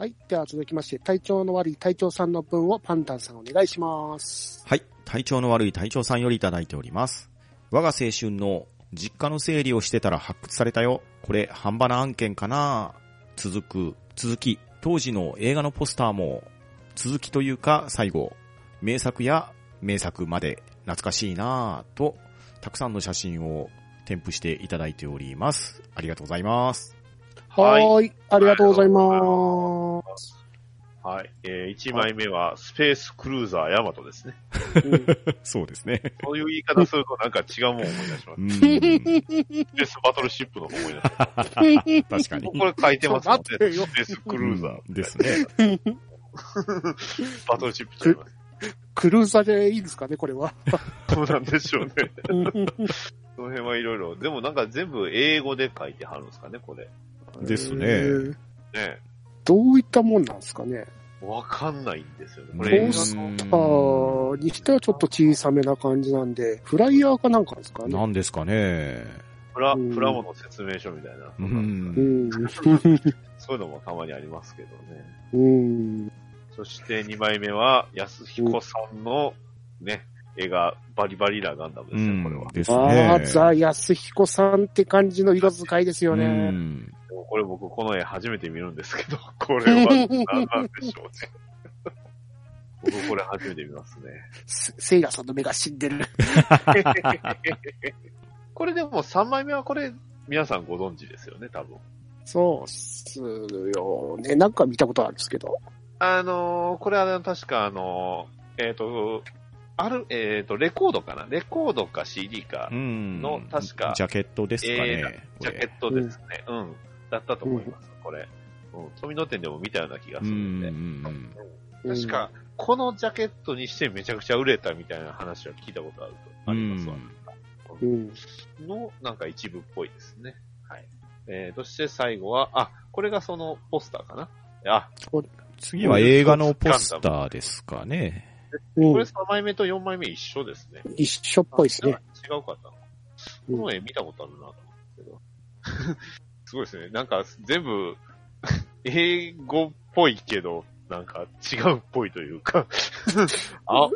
[SPEAKER 3] い。では、続きまして、体調の悪い隊長さんの分をパンダンさんお願いします。
[SPEAKER 1] はい。体調の悪い隊長さんよりいただいております。我が青春の実家の整理をしてたら発掘されたよ。これ、半端な案件かな続く、続き、当時の映画のポスターも、続きというか最後、名作や名作まで懐かしいなぁと、たくさんの写真を添付していただいております。ありがとうございます。
[SPEAKER 2] は
[SPEAKER 3] はいーい。ありがとうございます。
[SPEAKER 2] はい。えー、1枚目は、スペースクルーザーヤマトですね。
[SPEAKER 3] うん
[SPEAKER 1] そうですね。
[SPEAKER 2] そういう言い方するとなんか違うもん思い出します。
[SPEAKER 1] うん。確
[SPEAKER 2] スペースバトルシップの方思い出します。
[SPEAKER 1] か
[SPEAKER 2] *laughs*
[SPEAKER 1] に。
[SPEAKER 2] これ書いてますもんね。
[SPEAKER 3] ちょっと待
[SPEAKER 2] ス
[SPEAKER 3] ってよ
[SPEAKER 2] ペースクルーザー。
[SPEAKER 1] うんですね。
[SPEAKER 2] バトルシップと言います。
[SPEAKER 3] クルーザーでいいですかね、これは。
[SPEAKER 2] そうなんでしょうね。
[SPEAKER 3] うん
[SPEAKER 2] その辺はいろいろ。でもなんか全部英語で書いてはるんですかね、これ。
[SPEAKER 1] ですね
[SPEAKER 3] うん
[SPEAKER 2] ね。
[SPEAKER 3] どういったもんなんですかね。
[SPEAKER 2] わかんないんですよね。こ
[SPEAKER 3] ど
[SPEAKER 2] れ映
[SPEAKER 3] う
[SPEAKER 2] 画
[SPEAKER 3] し
[SPEAKER 2] の
[SPEAKER 3] あーにしてはちょっと小さめな感じなんで、フライヤーかなんかですかね。
[SPEAKER 1] なんですかね。
[SPEAKER 2] プラ、
[SPEAKER 3] うん
[SPEAKER 2] プラモの説明書みたいな。
[SPEAKER 1] うん
[SPEAKER 3] うん。
[SPEAKER 2] そういうのもたまにありますけどね。
[SPEAKER 3] うん。
[SPEAKER 2] そして2枚目は、安彦さんのね、映画、バリバリラガンダムですね、これは。
[SPEAKER 1] ですね。
[SPEAKER 3] ああ、ザ・安彦さんって感じの色使いですよ
[SPEAKER 1] う
[SPEAKER 3] ね。
[SPEAKER 1] ん
[SPEAKER 2] でもこれ僕この絵初めて見るんですけど、 *laughs* これは何なんでしょうね。 *laughs* 僕これ初めて見ますね。
[SPEAKER 3] せセイラさんの目が死んでる。
[SPEAKER 2] これでも3枚目はこれ、皆さんご存知ですよね、多分。
[SPEAKER 3] そうっすよね。なんか見たことあるんですけど。
[SPEAKER 2] あのーこれは確かあのーえっ、と、ある、えっ、と、レコードかなレコードか CD か
[SPEAKER 1] う、ん
[SPEAKER 2] の確か
[SPEAKER 1] ジャケットですか
[SPEAKER 2] え
[SPEAKER 1] ね。
[SPEAKER 2] ジャケットですね、うん。だったと思います、これ。うん。富野店でも見たような気が
[SPEAKER 1] トう
[SPEAKER 2] するんで。
[SPEAKER 1] ん。
[SPEAKER 3] うん
[SPEAKER 2] 確か、このジャケットにしてめちゃくちゃ売れたみたいな話は聞いたことあると。ありますわ。
[SPEAKER 3] うん。
[SPEAKER 2] の、なんか一部っぽいですね。はい。えー、そして最後は、あ、これがそのポスターかなあ、
[SPEAKER 1] 次は映画のポスターですか
[SPEAKER 2] *laughs*
[SPEAKER 1] ね。
[SPEAKER 3] うん
[SPEAKER 2] これ3枚目と4枚目一緒ですね。
[SPEAKER 3] 一緒っぽいですね。
[SPEAKER 2] あ。違うかったな。
[SPEAKER 3] うん
[SPEAKER 2] この絵見たことあるなと思うんですけど。 *laughs* すごいですね。なんか全部、英語っぽいけど、なんか違うっぽいとい
[SPEAKER 3] *laughs*
[SPEAKER 2] うか、あ、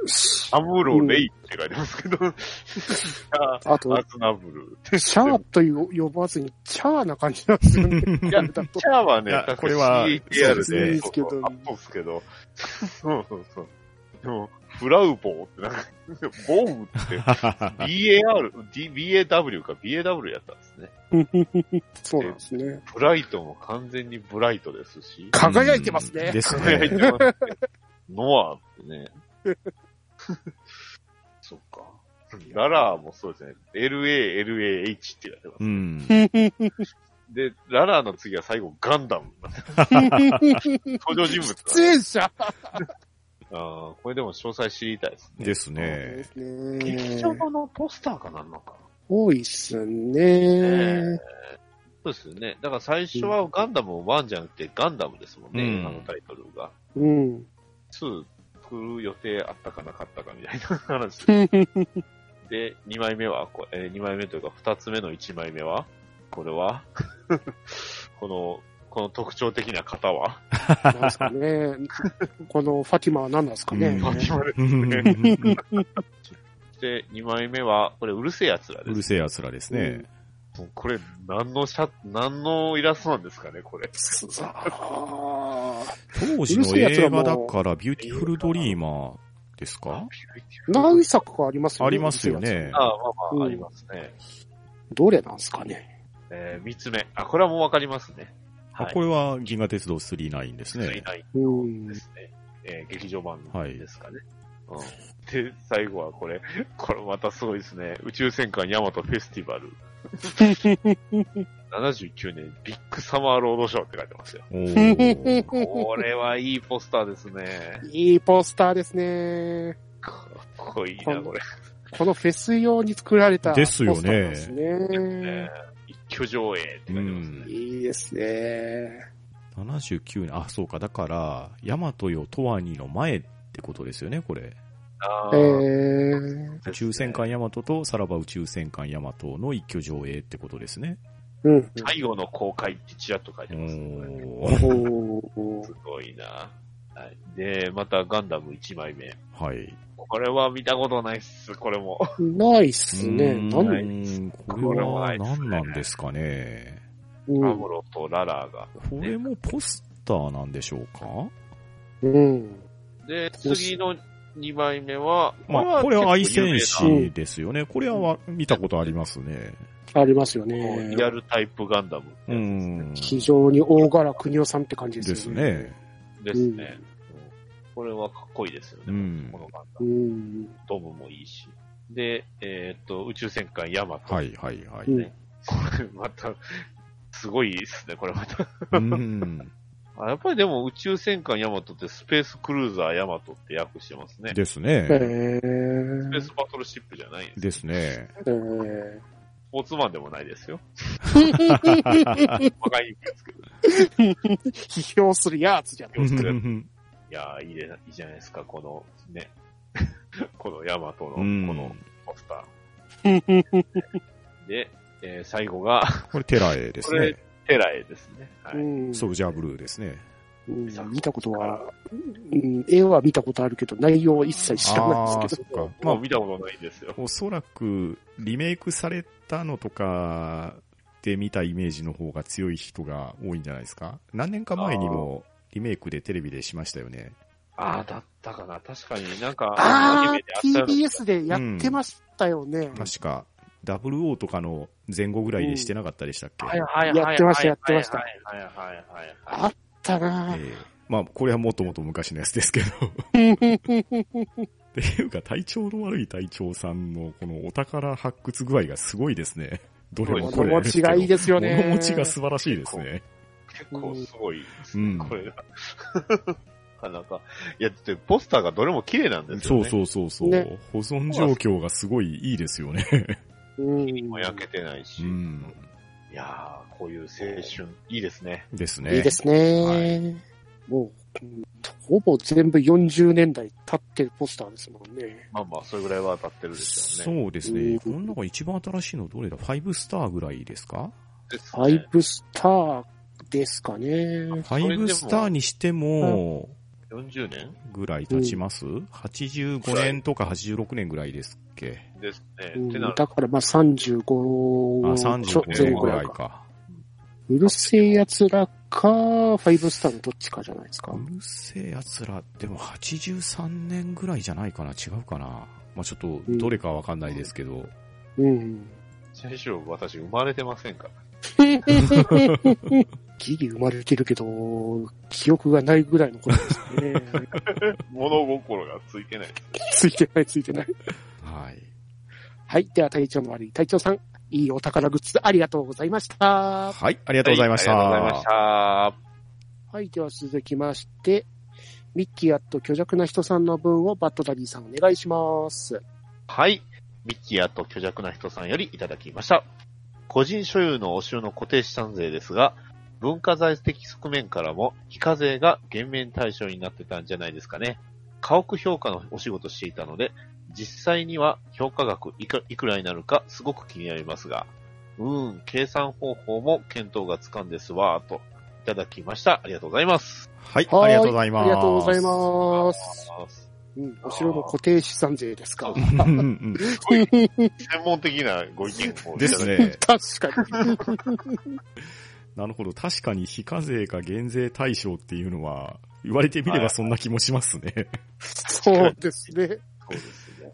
[SPEAKER 2] アムロレイって書いてますけど、
[SPEAKER 3] *laughs*
[SPEAKER 2] あ
[SPEAKER 3] あと
[SPEAKER 2] ア、ズナブル。
[SPEAKER 3] シャーという呼ばずに、チャーな感じなんですよね。
[SPEAKER 2] いや
[SPEAKER 3] これだと
[SPEAKER 2] チャーはね
[SPEAKER 1] いや、
[SPEAKER 2] 確か
[SPEAKER 1] これは
[SPEAKER 2] CTR で、
[SPEAKER 3] そうですね
[SPEAKER 2] そうそうあそうですけど、そうそうそう。でも、フラウボーってなんか、ボ
[SPEAKER 1] *laughs*
[SPEAKER 2] ウって、BAR、D BAW か BAW やったんですね。
[SPEAKER 3] そうなんですね。
[SPEAKER 2] ブライトも完全にブライトですし、
[SPEAKER 3] 輝いてますね
[SPEAKER 1] うんです
[SPEAKER 2] 輝い
[SPEAKER 1] ね。
[SPEAKER 2] てますね。ノアってね。そっか。ララーもそうですね。LA、LAH って言われてま
[SPEAKER 1] うん。
[SPEAKER 3] *laughs*
[SPEAKER 2] す。で、ララーの次は最後ガンダム。登場人物
[SPEAKER 3] 出
[SPEAKER 2] だ、ね。
[SPEAKER 3] 演者
[SPEAKER 2] あーこれでも詳細知りたいですね。
[SPEAKER 1] ですね。
[SPEAKER 2] 劇
[SPEAKER 3] ね
[SPEAKER 2] 場のポスターかなんのか
[SPEAKER 3] 多いっす
[SPEAKER 2] な、
[SPEAKER 3] ね。
[SPEAKER 2] そうですよね。だから最初はガンダム1じゃなくてガンダムですもんね、
[SPEAKER 1] うん
[SPEAKER 2] 映画のタイトルが。
[SPEAKER 3] うん。
[SPEAKER 2] 2作る予定あったかなかったかみたいな *laughs* 話。で、2枚目はこ、えー、2枚目というか2つ目の1枚目は、これは *laughs* この、この特徴的な型は、
[SPEAKER 3] なんですかね。このファティマは何なんですか
[SPEAKER 1] う
[SPEAKER 3] ね
[SPEAKER 1] ん。
[SPEAKER 2] まあ決まる
[SPEAKER 1] う
[SPEAKER 2] で、2枚目は、これうるせえ奴らで
[SPEAKER 1] る
[SPEAKER 2] す。
[SPEAKER 1] せえ奴らですね。
[SPEAKER 2] もうこれ何のシャ、何のイラストなんですかね、これ。
[SPEAKER 3] あー
[SPEAKER 1] 当時の映画だから、ビューティフルドリーマーですか
[SPEAKER 3] 何作かありますよね。
[SPEAKER 1] ありますよ。ね。
[SPEAKER 2] ああ、まあ
[SPEAKER 3] う
[SPEAKER 2] ま
[SPEAKER 3] ん
[SPEAKER 2] あ、ありますね。
[SPEAKER 3] どれなんですかね。
[SPEAKER 2] えー、3つ目。あ、これはもうわかりますね。
[SPEAKER 1] あ
[SPEAKER 2] はい。
[SPEAKER 1] これは銀河鉄道39です
[SPEAKER 2] つい
[SPEAKER 1] ね。
[SPEAKER 2] ない
[SPEAKER 3] うん
[SPEAKER 2] で。すね。えー劇場版ですかね。で、最後はこれ。 *laughs* これまたすごいですね。宇宙戦艦ヤマトフェスティバル。79年ビッグサマーロードショーって書いてますよ。
[SPEAKER 1] おー
[SPEAKER 2] これはいいポスターですね。
[SPEAKER 3] いいポスターですね。
[SPEAKER 2] かっこいいな、これ。
[SPEAKER 3] このフェス用に作られたポ
[SPEAKER 1] です
[SPEAKER 3] スタ
[SPEAKER 1] よね
[SPEAKER 3] ーですね。
[SPEAKER 2] ね一挙上映って書いてますね。
[SPEAKER 3] いいですね。
[SPEAKER 1] *laughs* 79年、あ、そうか、だから、ヤマトよ、トワニの前ってことですよね、これ。
[SPEAKER 2] あ
[SPEAKER 3] え
[SPEAKER 2] ー
[SPEAKER 3] ー、
[SPEAKER 1] 宇宙戦艦ヤマトとさらば宇宙戦艦ヤマトの一挙上映ってことですね。
[SPEAKER 3] うん。
[SPEAKER 2] 最後の公開ってちらっと書い
[SPEAKER 1] お
[SPEAKER 2] てますね、これね
[SPEAKER 1] ー
[SPEAKER 3] おー
[SPEAKER 2] すごいな。はい、で、またガンダム1枚目。
[SPEAKER 1] はい。
[SPEAKER 2] これは見たことないっす、これも。
[SPEAKER 3] ないっすね。なん
[SPEAKER 1] う
[SPEAKER 3] で、
[SPEAKER 1] ーんこ
[SPEAKER 2] こ
[SPEAKER 1] れ
[SPEAKER 2] れ
[SPEAKER 1] は
[SPEAKER 2] は
[SPEAKER 1] 何なんですかね。
[SPEAKER 3] う
[SPEAKER 2] ア
[SPEAKER 3] ん
[SPEAKER 2] ム。ロとララーが。
[SPEAKER 1] これもポスターなんでしょうか
[SPEAKER 3] うん。
[SPEAKER 2] で、次の2枚目は、
[SPEAKER 1] まあ、これは愛
[SPEAKER 2] 結構有名
[SPEAKER 1] 戦
[SPEAKER 2] な
[SPEAKER 1] 士ですよね。これはわ見たことありますね。
[SPEAKER 3] ありますよ
[SPEAKER 2] こう
[SPEAKER 3] ね
[SPEAKER 2] リ。アルタイプガンダムっ
[SPEAKER 1] う
[SPEAKER 2] てやつ
[SPEAKER 1] ん。
[SPEAKER 3] 非常に大柄国夫さんって感じで
[SPEAKER 1] ですす
[SPEAKER 3] よね。
[SPEAKER 1] ね。
[SPEAKER 2] ですね。うんこれはかっこいいですよね。
[SPEAKER 1] うん
[SPEAKER 2] このガンダ
[SPEAKER 3] う
[SPEAKER 2] ム。
[SPEAKER 3] ん。
[SPEAKER 2] ドムもいいし。で、えーっと、宇宙戦艦ヤマト。
[SPEAKER 1] はいはいはい。
[SPEAKER 3] う
[SPEAKER 1] うん
[SPEAKER 2] これ *laughs* また、すごいですね、これまた。
[SPEAKER 1] ん。
[SPEAKER 2] あやっぱりでも宇宙戦艦ヤマトってスペースクルーザーヤマトって訳してますね。
[SPEAKER 1] です
[SPEAKER 3] *laughs* え
[SPEAKER 1] ね。
[SPEAKER 2] スペース
[SPEAKER 3] ー、
[SPEAKER 2] バトルシップじゃないんです。
[SPEAKER 1] ですね。
[SPEAKER 3] えー。
[SPEAKER 2] スポーツマンでもないで
[SPEAKER 3] *laughs*
[SPEAKER 2] すよ。わかりにくいですけど。
[SPEAKER 3] 批評するやつじゃない。
[SPEAKER 1] う
[SPEAKER 2] いやーいいで、いいじゃないですか、この、ね。 *laughs* このヤマトの、この
[SPEAKER 1] ん。
[SPEAKER 2] ポスター。で、えー最後が、 *laughs*
[SPEAKER 1] これテラエです
[SPEAKER 2] これ
[SPEAKER 1] ね。
[SPEAKER 2] テラエですね。は
[SPEAKER 3] う
[SPEAKER 2] い。
[SPEAKER 3] ん
[SPEAKER 1] ソルジャーブルーですね。
[SPEAKER 3] うん見たことは、うん、絵は見たことあるけど、内容は一切知らない
[SPEAKER 1] あ
[SPEAKER 3] で
[SPEAKER 1] ー
[SPEAKER 3] す
[SPEAKER 1] そ
[SPEAKER 3] け
[SPEAKER 1] っか。ま
[SPEAKER 2] も
[SPEAKER 1] あ
[SPEAKER 2] う見たことないんですよ。
[SPEAKER 1] おそらく、リメイクされたのとかで見たイメージの方が強い人が多いんじゃないですか何年か前にもリメイクでテレビでしましたよね。
[SPEAKER 2] ああ、だったかな。確かになんか、アニ
[SPEAKER 3] あ
[SPEAKER 2] メであっ
[SPEAKER 3] ー
[SPEAKER 2] たような
[SPEAKER 3] TBS でやってましたよね。
[SPEAKER 1] 確か、00とかの前後ぐらいでしてなかったでしたっけ、
[SPEAKER 2] はいはいはいはい。
[SPEAKER 3] やってましたやってました
[SPEAKER 2] はいはいはいはいはい。
[SPEAKER 3] あった *laughs* な
[SPEAKER 1] ええまあ、これはもっともっと昔のやつですけど。 *laughs* っていうか、体調の悪い隊長さんの、このお宝発掘具合がすごいですね。どれもこれ。
[SPEAKER 3] 物持ちがいいですよね
[SPEAKER 1] 物持ちが素晴らしいですね。
[SPEAKER 2] 結構すごいです
[SPEAKER 1] う
[SPEAKER 2] ね、
[SPEAKER 1] ん
[SPEAKER 2] これが。 *laughs* なかなか。いや、だってポスターがどれも綺麗なんですよ
[SPEAKER 1] そ
[SPEAKER 2] ね。
[SPEAKER 1] うそうそうそう、
[SPEAKER 3] ね
[SPEAKER 1] 保存状況がすごいいいですよね。
[SPEAKER 3] うん
[SPEAKER 2] もう焼けてないし。
[SPEAKER 1] うん。
[SPEAKER 2] いやー、こういう青春、いいですね。
[SPEAKER 1] ですね。
[SPEAKER 3] いいですね。
[SPEAKER 1] はい
[SPEAKER 3] もう、うんほぼ全部40年代経ってるポスターですもんね。
[SPEAKER 2] まあまあ、それぐらいは当たってるでしょうね。
[SPEAKER 1] そうです
[SPEAKER 3] う
[SPEAKER 1] ね。
[SPEAKER 3] ん
[SPEAKER 1] この中一番新しいのどれだ ?5 スターぐらいですか
[SPEAKER 2] です
[SPEAKER 3] ファイブスターですかね。
[SPEAKER 2] れでも
[SPEAKER 1] ?5 スターにしても、
[SPEAKER 2] 40年
[SPEAKER 1] ぐらい経ちます、?85 年とか86年ぐらいですっけ
[SPEAKER 2] ですね。
[SPEAKER 3] うん
[SPEAKER 2] ってなる
[SPEAKER 3] だからまあ35
[SPEAKER 1] あ、
[SPEAKER 3] ちょ
[SPEAKER 1] 35
[SPEAKER 3] 前
[SPEAKER 1] 年
[SPEAKER 3] 後
[SPEAKER 1] ぐ
[SPEAKER 3] ぐ
[SPEAKER 1] ら
[SPEAKER 3] ら
[SPEAKER 1] い
[SPEAKER 3] いか。
[SPEAKER 1] か。
[SPEAKER 3] うるせえ奴らか、ファイブスターのどっちかじゃないですか。
[SPEAKER 1] うるせえ奴ら、でも83年ぐらいじゃないかな違うかなまあちょっと、どれかわかんないですけど。
[SPEAKER 3] うん。
[SPEAKER 2] 最初、私、生まれてませ
[SPEAKER 1] *laughs*
[SPEAKER 2] んから。
[SPEAKER 3] ギリ生まれてるけど、記憶がないぐらいの頃ですね。
[SPEAKER 1] *laughs*
[SPEAKER 2] 物心がついてない。
[SPEAKER 3] ついてないついてない。
[SPEAKER 1] はい。
[SPEAKER 3] はい。では、隊長の悪い隊長さん、いいお宝グッズありがとうございました。
[SPEAKER 1] はい、ありが
[SPEAKER 2] あ
[SPEAKER 1] とうございました。
[SPEAKER 2] ありがとうございました。
[SPEAKER 3] はい。では、続きまして、ミッキーアット虚弱な人さんの分をバッドダディさんお願いします。
[SPEAKER 2] はい。ミッキーアット虚弱な人さんよりいただきました。個人所有のお城の固定資産税ですが、文化財的側面からも非課税が減免対象になってたんじゃないですかね。家屋評価のお仕事していたので、実際には評価額いくいくらになるかすごく気になりますが、うーん、計算方法も検討がつかんですわ、といただきました。ありがとうございます。
[SPEAKER 1] はい、
[SPEAKER 3] は
[SPEAKER 1] あ
[SPEAKER 3] い
[SPEAKER 1] りがとうございます。
[SPEAKER 3] ありがとうござい
[SPEAKER 1] す。
[SPEAKER 3] ます。うん、お城の固定資産税ですか。
[SPEAKER 2] 専門的なご意見を
[SPEAKER 1] *laughs*
[SPEAKER 2] いただきました
[SPEAKER 1] ですね。
[SPEAKER 3] *laughs* 確かに。
[SPEAKER 1] なるほど。確かに非課税か減税対象っていうのは、言われてみればそんな気もしますね。
[SPEAKER 3] そうですね。
[SPEAKER 2] *laughs* そうですね。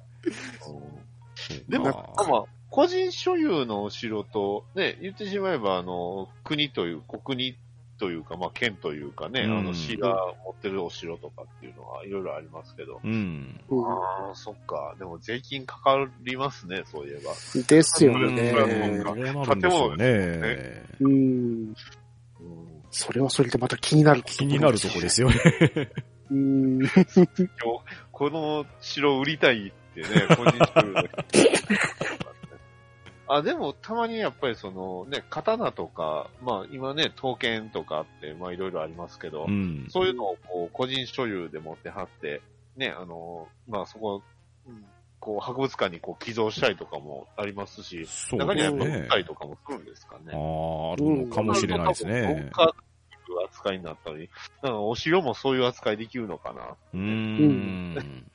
[SPEAKER 1] で
[SPEAKER 2] で
[SPEAKER 1] も
[SPEAKER 2] も、まあ、個人所有のお城と、ね、言ってしまえば、あの、国という、国というか、まあ、県というかね、
[SPEAKER 1] うん
[SPEAKER 2] あの、市が持ってるお城とかっていうのはいろいろありますけど。
[SPEAKER 1] うん。
[SPEAKER 3] う
[SPEAKER 2] ああ、そっか。でも税金かかりますね、そういえば。
[SPEAKER 3] ん、ですよ
[SPEAKER 2] え
[SPEAKER 3] ね。
[SPEAKER 2] ー
[SPEAKER 1] どうなるんでしょうね。
[SPEAKER 3] うん。
[SPEAKER 2] うん、
[SPEAKER 3] それはそれでまた気になる
[SPEAKER 1] 気になるとこですよね。
[SPEAKER 3] うん。
[SPEAKER 2] 今日この城売りたいっ
[SPEAKER 1] *laughs*
[SPEAKER 2] てね、個人的にあ、でも、たまにやっぱりその、ね、刀とか、まあ今ね、刀剣とかって、まあいろいろありますけど、
[SPEAKER 1] うん。
[SPEAKER 2] そういうのをこう個人所有で持ってはって、ね、あの、まあそこ、うんこう博物館にこう寄贈したりとかもありますし、
[SPEAKER 1] そう
[SPEAKER 2] 中には
[SPEAKER 1] です
[SPEAKER 2] やっぱ売
[SPEAKER 1] ね
[SPEAKER 2] った。りとかもするんですかね。
[SPEAKER 1] ああ、あるのかもしれないですね。
[SPEAKER 2] 文化という扱いになったり、なんかお城もそういう扱いできるのかな。
[SPEAKER 1] うーん。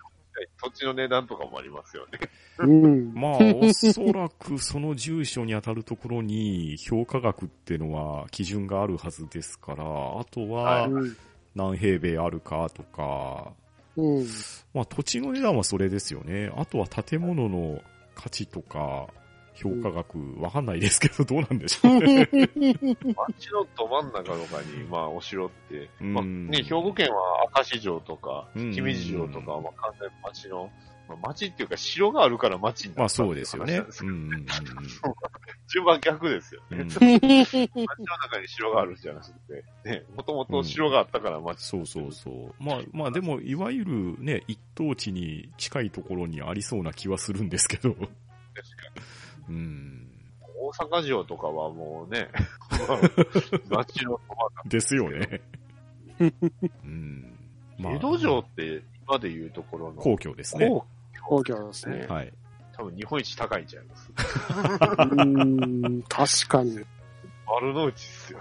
[SPEAKER 2] 土地の値段とかもありますよね。
[SPEAKER 1] *laughs*
[SPEAKER 3] うん。
[SPEAKER 1] まあ、おそらくその住所に当たるところに評価額っていうのは基準があるはずですから、あと
[SPEAKER 2] は
[SPEAKER 1] は
[SPEAKER 3] うん
[SPEAKER 1] 何平米あるかとか、
[SPEAKER 3] うん。
[SPEAKER 1] まあ土地の値段はそれですよね。あとは建物の価値とか、評価額、わかんないですけど、どうなんでしょうね。
[SPEAKER 2] 街のど真ん中とかに、まあ、お城って、
[SPEAKER 1] うん
[SPEAKER 2] まあね、兵庫県は明石城とか、
[SPEAKER 1] うん
[SPEAKER 2] 姫路城とかは、まあ、完全に街の、まあ、街っていうか、城があるから街にな
[SPEAKER 1] まあ
[SPEAKER 2] った
[SPEAKER 1] そ
[SPEAKER 2] っ
[SPEAKER 1] う
[SPEAKER 2] てい
[SPEAKER 1] ですよ
[SPEAKER 2] 話
[SPEAKER 1] ね
[SPEAKER 2] なん。です
[SPEAKER 1] う
[SPEAKER 2] け
[SPEAKER 1] ん
[SPEAKER 2] ど
[SPEAKER 1] うんうん。
[SPEAKER 2] 順番逆ですよね。
[SPEAKER 1] うん
[SPEAKER 2] 街の中に城があるんじゃなくて、ね、もともと城があったから街、
[SPEAKER 1] そうそうそう。まあ、まあでも、いわゆるね、一等地に近いところにありそうな気はするんですけど。うん。
[SPEAKER 2] 大阪城とかはもうね、
[SPEAKER 1] *laughs*
[SPEAKER 2] 街のど
[SPEAKER 1] ですよね。うん。
[SPEAKER 2] 真ん中。江戸城って、今でいうところの、
[SPEAKER 1] 皇居ですね。
[SPEAKER 2] 皇
[SPEAKER 3] 皇居ですね。
[SPEAKER 1] はい。
[SPEAKER 2] 多分日本一高いんちゃいます。
[SPEAKER 3] うん。確かに。
[SPEAKER 2] 丸の内ですよ。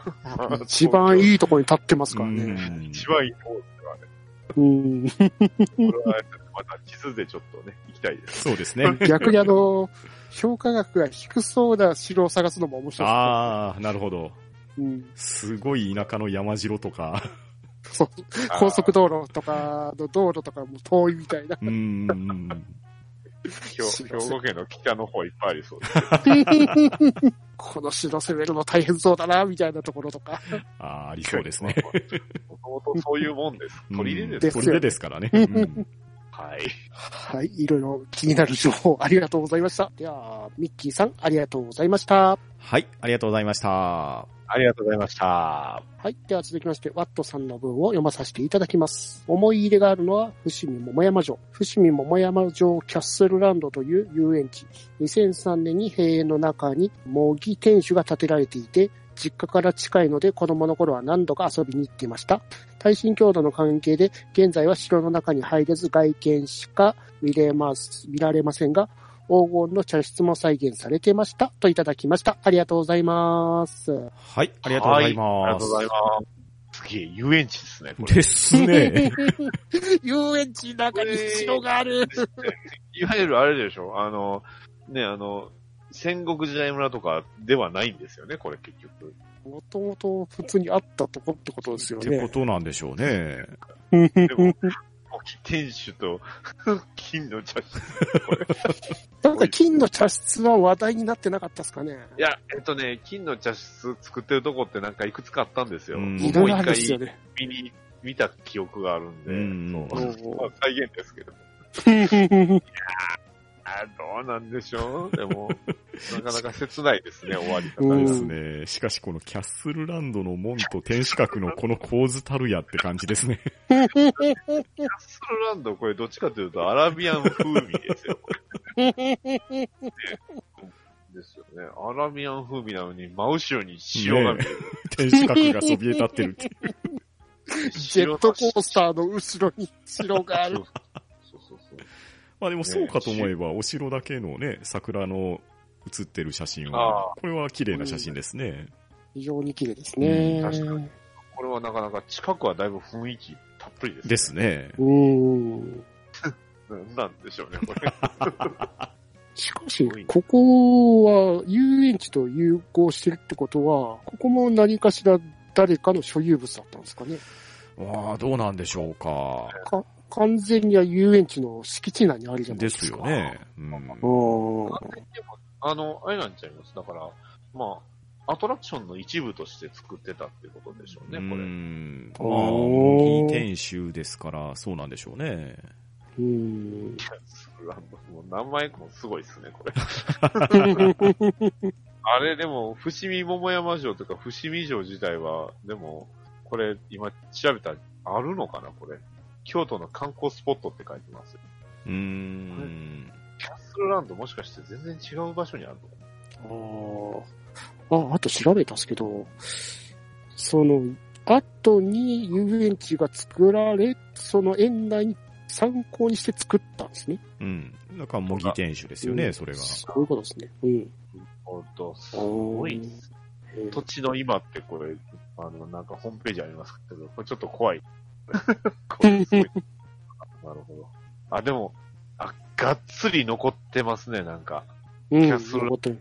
[SPEAKER 3] 一番いいところに立ってます
[SPEAKER 1] う
[SPEAKER 3] からね。
[SPEAKER 1] ん
[SPEAKER 2] 一番いい方ですよ、あ
[SPEAKER 3] う
[SPEAKER 2] れ。
[SPEAKER 3] ん。
[SPEAKER 2] これは、また地図でちょっとね、行きたい
[SPEAKER 1] *laughs*
[SPEAKER 2] です。
[SPEAKER 1] そうですね。
[SPEAKER 3] 逆にあの、評価額が低そうな城を探すのも面白いですね。
[SPEAKER 1] ああ、なるほど。
[SPEAKER 3] うん。
[SPEAKER 1] すごい田舎の山城とか。
[SPEAKER 2] *laughs*
[SPEAKER 3] そう。高速道路とかの道路とかも遠いみたいな。
[SPEAKER 1] うん。
[SPEAKER 2] 兵兵庫県の北の方いっぱいありそうです。
[SPEAKER 3] この城攻めるの大変そうだな、みたいなところとか。
[SPEAKER 1] ああ、ありそうですね。。
[SPEAKER 2] もともとそういうもんです。取り入れです。
[SPEAKER 1] す。砦ですからね。うん
[SPEAKER 2] はい。
[SPEAKER 3] はい。いろいろ気になる情報ありがとうございました。では、ミッキーさん、ありがとうございました。
[SPEAKER 1] はい、ありがとうございました。
[SPEAKER 2] ありがとうございました。
[SPEAKER 3] はい。では続きまして、ワットさんの文を読まさせていただきます。思い入れがあるのは、伏見桃山城。伏見桃山城キャッスルランドという遊園地。2003年に閉園の中に模擬天守が建てられていて、実家から近いので子供の頃は何度か遊びに行っていました。耐震強度の関係で、現在は城の中に入れず外見しか見れます、見られませんが、黄金の茶室も再現されていました。といただきました。ありがとうございます。
[SPEAKER 1] はい、ありがとうござい
[SPEAKER 2] あり
[SPEAKER 1] ま
[SPEAKER 2] がとうございます。次、遊園地ですね、こ
[SPEAKER 1] す。
[SPEAKER 2] れ。
[SPEAKER 1] です *laughs* ね。
[SPEAKER 3] 遊園地の中に城がある。
[SPEAKER 2] いわゆるあれでしょ、あの、ね、あの、戦国時代村とかではないんですよね、これ結局。
[SPEAKER 3] もともと普通にあったとこってことですよ
[SPEAKER 1] ってこ
[SPEAKER 3] ね。
[SPEAKER 1] となんでしょうね。
[SPEAKER 2] でも、天守と *laughs* 金の茶室。
[SPEAKER 3] *laughs* なんか金の茶室は話題になってなかったですかね。
[SPEAKER 2] いや、えっとね、金の茶室作ってるとこってなんかいくつかあったんですよ。
[SPEAKER 1] うん
[SPEAKER 3] いろ
[SPEAKER 2] 僕も
[SPEAKER 3] いろあ
[SPEAKER 2] 一
[SPEAKER 3] るんですよ
[SPEAKER 2] 回
[SPEAKER 3] ね。
[SPEAKER 2] 見に、見た記憶があるんで、
[SPEAKER 1] うん
[SPEAKER 2] そうまあ再現ですけど。あどうなんでしょう
[SPEAKER 1] *laughs*
[SPEAKER 2] でも、なかなか切ないですね、終わり方
[SPEAKER 1] で
[SPEAKER 2] が。
[SPEAKER 1] すね。しかしこのキャッスルランドの門と天守閣のこの構図たるやって感じです *laughs* ね。
[SPEAKER 2] キャッスルランド、これどっちかというとアラビアン風味ですよ、 *laughs* これですよね。アラビアン風味なのに、真後ろに塩が見える。
[SPEAKER 1] 天守閣がそびえ立ってるっていう。
[SPEAKER 3] ジェットコースターの後ろに城があ
[SPEAKER 2] そ
[SPEAKER 3] る
[SPEAKER 2] *laughs* う。そうそうそう。
[SPEAKER 1] まあでもそうかと思えば、お城だけのね、桜の写ってる写真
[SPEAKER 2] あ
[SPEAKER 1] は、これは綺麗な写真ですね。
[SPEAKER 3] 非常に綺麗ですね。
[SPEAKER 2] うん確かにこれはなかなか近くはだいぶ雰囲気たっぷりです、
[SPEAKER 1] ですね。
[SPEAKER 3] うん。
[SPEAKER 2] うんなんでしょうね、これ。 *laughs*
[SPEAKER 3] しかし、ここは遊園地と融合してるってことは、ここも何かしら誰かの所有物だったんですかね。
[SPEAKER 1] ああ、どうなんでしょうか。
[SPEAKER 3] か完全には遊園地の敷地内にあるじゃない
[SPEAKER 1] で
[SPEAKER 3] ですすか。
[SPEAKER 1] よ。ね。うん
[SPEAKER 3] うん。
[SPEAKER 2] あの、あれなんちゃいますだから、まあ、アトラクションの一部として作ってたってことでしょうね、こ
[SPEAKER 1] う
[SPEAKER 2] れ。
[SPEAKER 1] ん。まあ、
[SPEAKER 3] おー
[SPEAKER 1] 無期転集ですから、そうなんでしょうね。
[SPEAKER 3] うん。
[SPEAKER 2] もう何枚もすごいですね、これ。あれ、でも、伏見桃山城とか伏見城自体は、でも、これ、今調べたら、あるのかな、これ。京都の観光スポットって書いてますよ。
[SPEAKER 1] うーん。
[SPEAKER 2] キャッスルランドもしかして全然違う場所にあるの
[SPEAKER 3] あーあ、あと調べたんですけど、その、後に遊園地が作られ、その園内に参考にして作ったんですね。
[SPEAKER 1] うん。だから模擬転集ですよ
[SPEAKER 3] う
[SPEAKER 1] ね、
[SPEAKER 3] ん
[SPEAKER 1] それが。
[SPEAKER 3] そういうことですね。うん。
[SPEAKER 2] ほんと、すごいっす。
[SPEAKER 3] えー
[SPEAKER 2] 土地の今ってこれ、あの、なんかホームページありますけど、これちょっと怖 *laughs* い。これすごい。なるほど。あ、でも、あ、がっつり残ってますね、なんか。
[SPEAKER 3] うん、
[SPEAKER 2] キャスル
[SPEAKER 3] 残ってる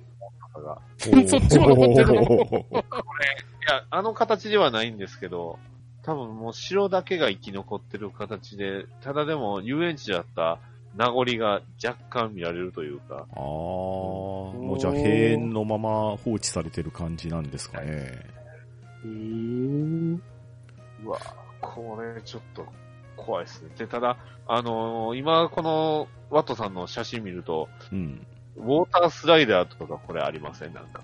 [SPEAKER 2] なんか
[SPEAKER 3] そっちも残ってるの
[SPEAKER 1] おー
[SPEAKER 2] いや、あの形ではないんですけど、多分もう城だけが生き残ってる形で、ただでも遊園地だった名残が若干見られるというか、
[SPEAKER 1] *laughs* ああ、もうじゃあ閉園のまま放置されてる感じなんですかね。
[SPEAKER 3] うーん。
[SPEAKER 2] うわこれちょっと怖いですね。で、ただ、あのー今このワットさんの写真見ると、
[SPEAKER 1] うん。
[SPEAKER 2] ウォータースライダーとかこれありませんなんか。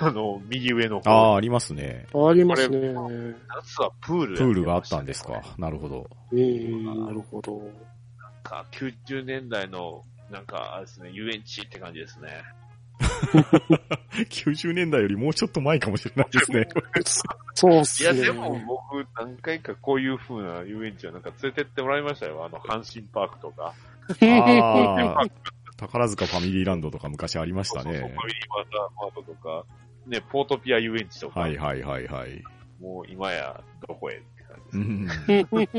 [SPEAKER 2] あの、右上の
[SPEAKER 1] ああ、
[SPEAKER 2] 方。
[SPEAKER 1] ありますね。
[SPEAKER 3] ありますね。
[SPEAKER 2] こ
[SPEAKER 3] うん
[SPEAKER 2] 夏はプール、
[SPEAKER 1] プールがあったんですか。。なるほ *laughs* ど。
[SPEAKER 3] なるほど。
[SPEAKER 2] なんか90年代の、なんかあれですね、遊園地って感じですね。
[SPEAKER 1] *laughs* 90年代よりもうちょっと前かもしれないですね。
[SPEAKER 3] そうっ
[SPEAKER 2] い
[SPEAKER 3] す
[SPEAKER 2] や、
[SPEAKER 3] ね。
[SPEAKER 2] でも僕、何回かこういう風な遊園地はなんか連れてってもらいましたよ。あの、阪神パークとか。
[SPEAKER 1] ああ、 *laughs* 宝塚ファミリーランドとか昔ありました
[SPEAKER 2] そうそう
[SPEAKER 1] ね
[SPEAKER 2] ファ。ミリーマザーマートとか、ね、ポートピア遊園地とか、
[SPEAKER 1] はいはいはいはい。
[SPEAKER 2] もう今やどこへって感
[SPEAKER 1] う
[SPEAKER 2] じで
[SPEAKER 1] ん。
[SPEAKER 2] す。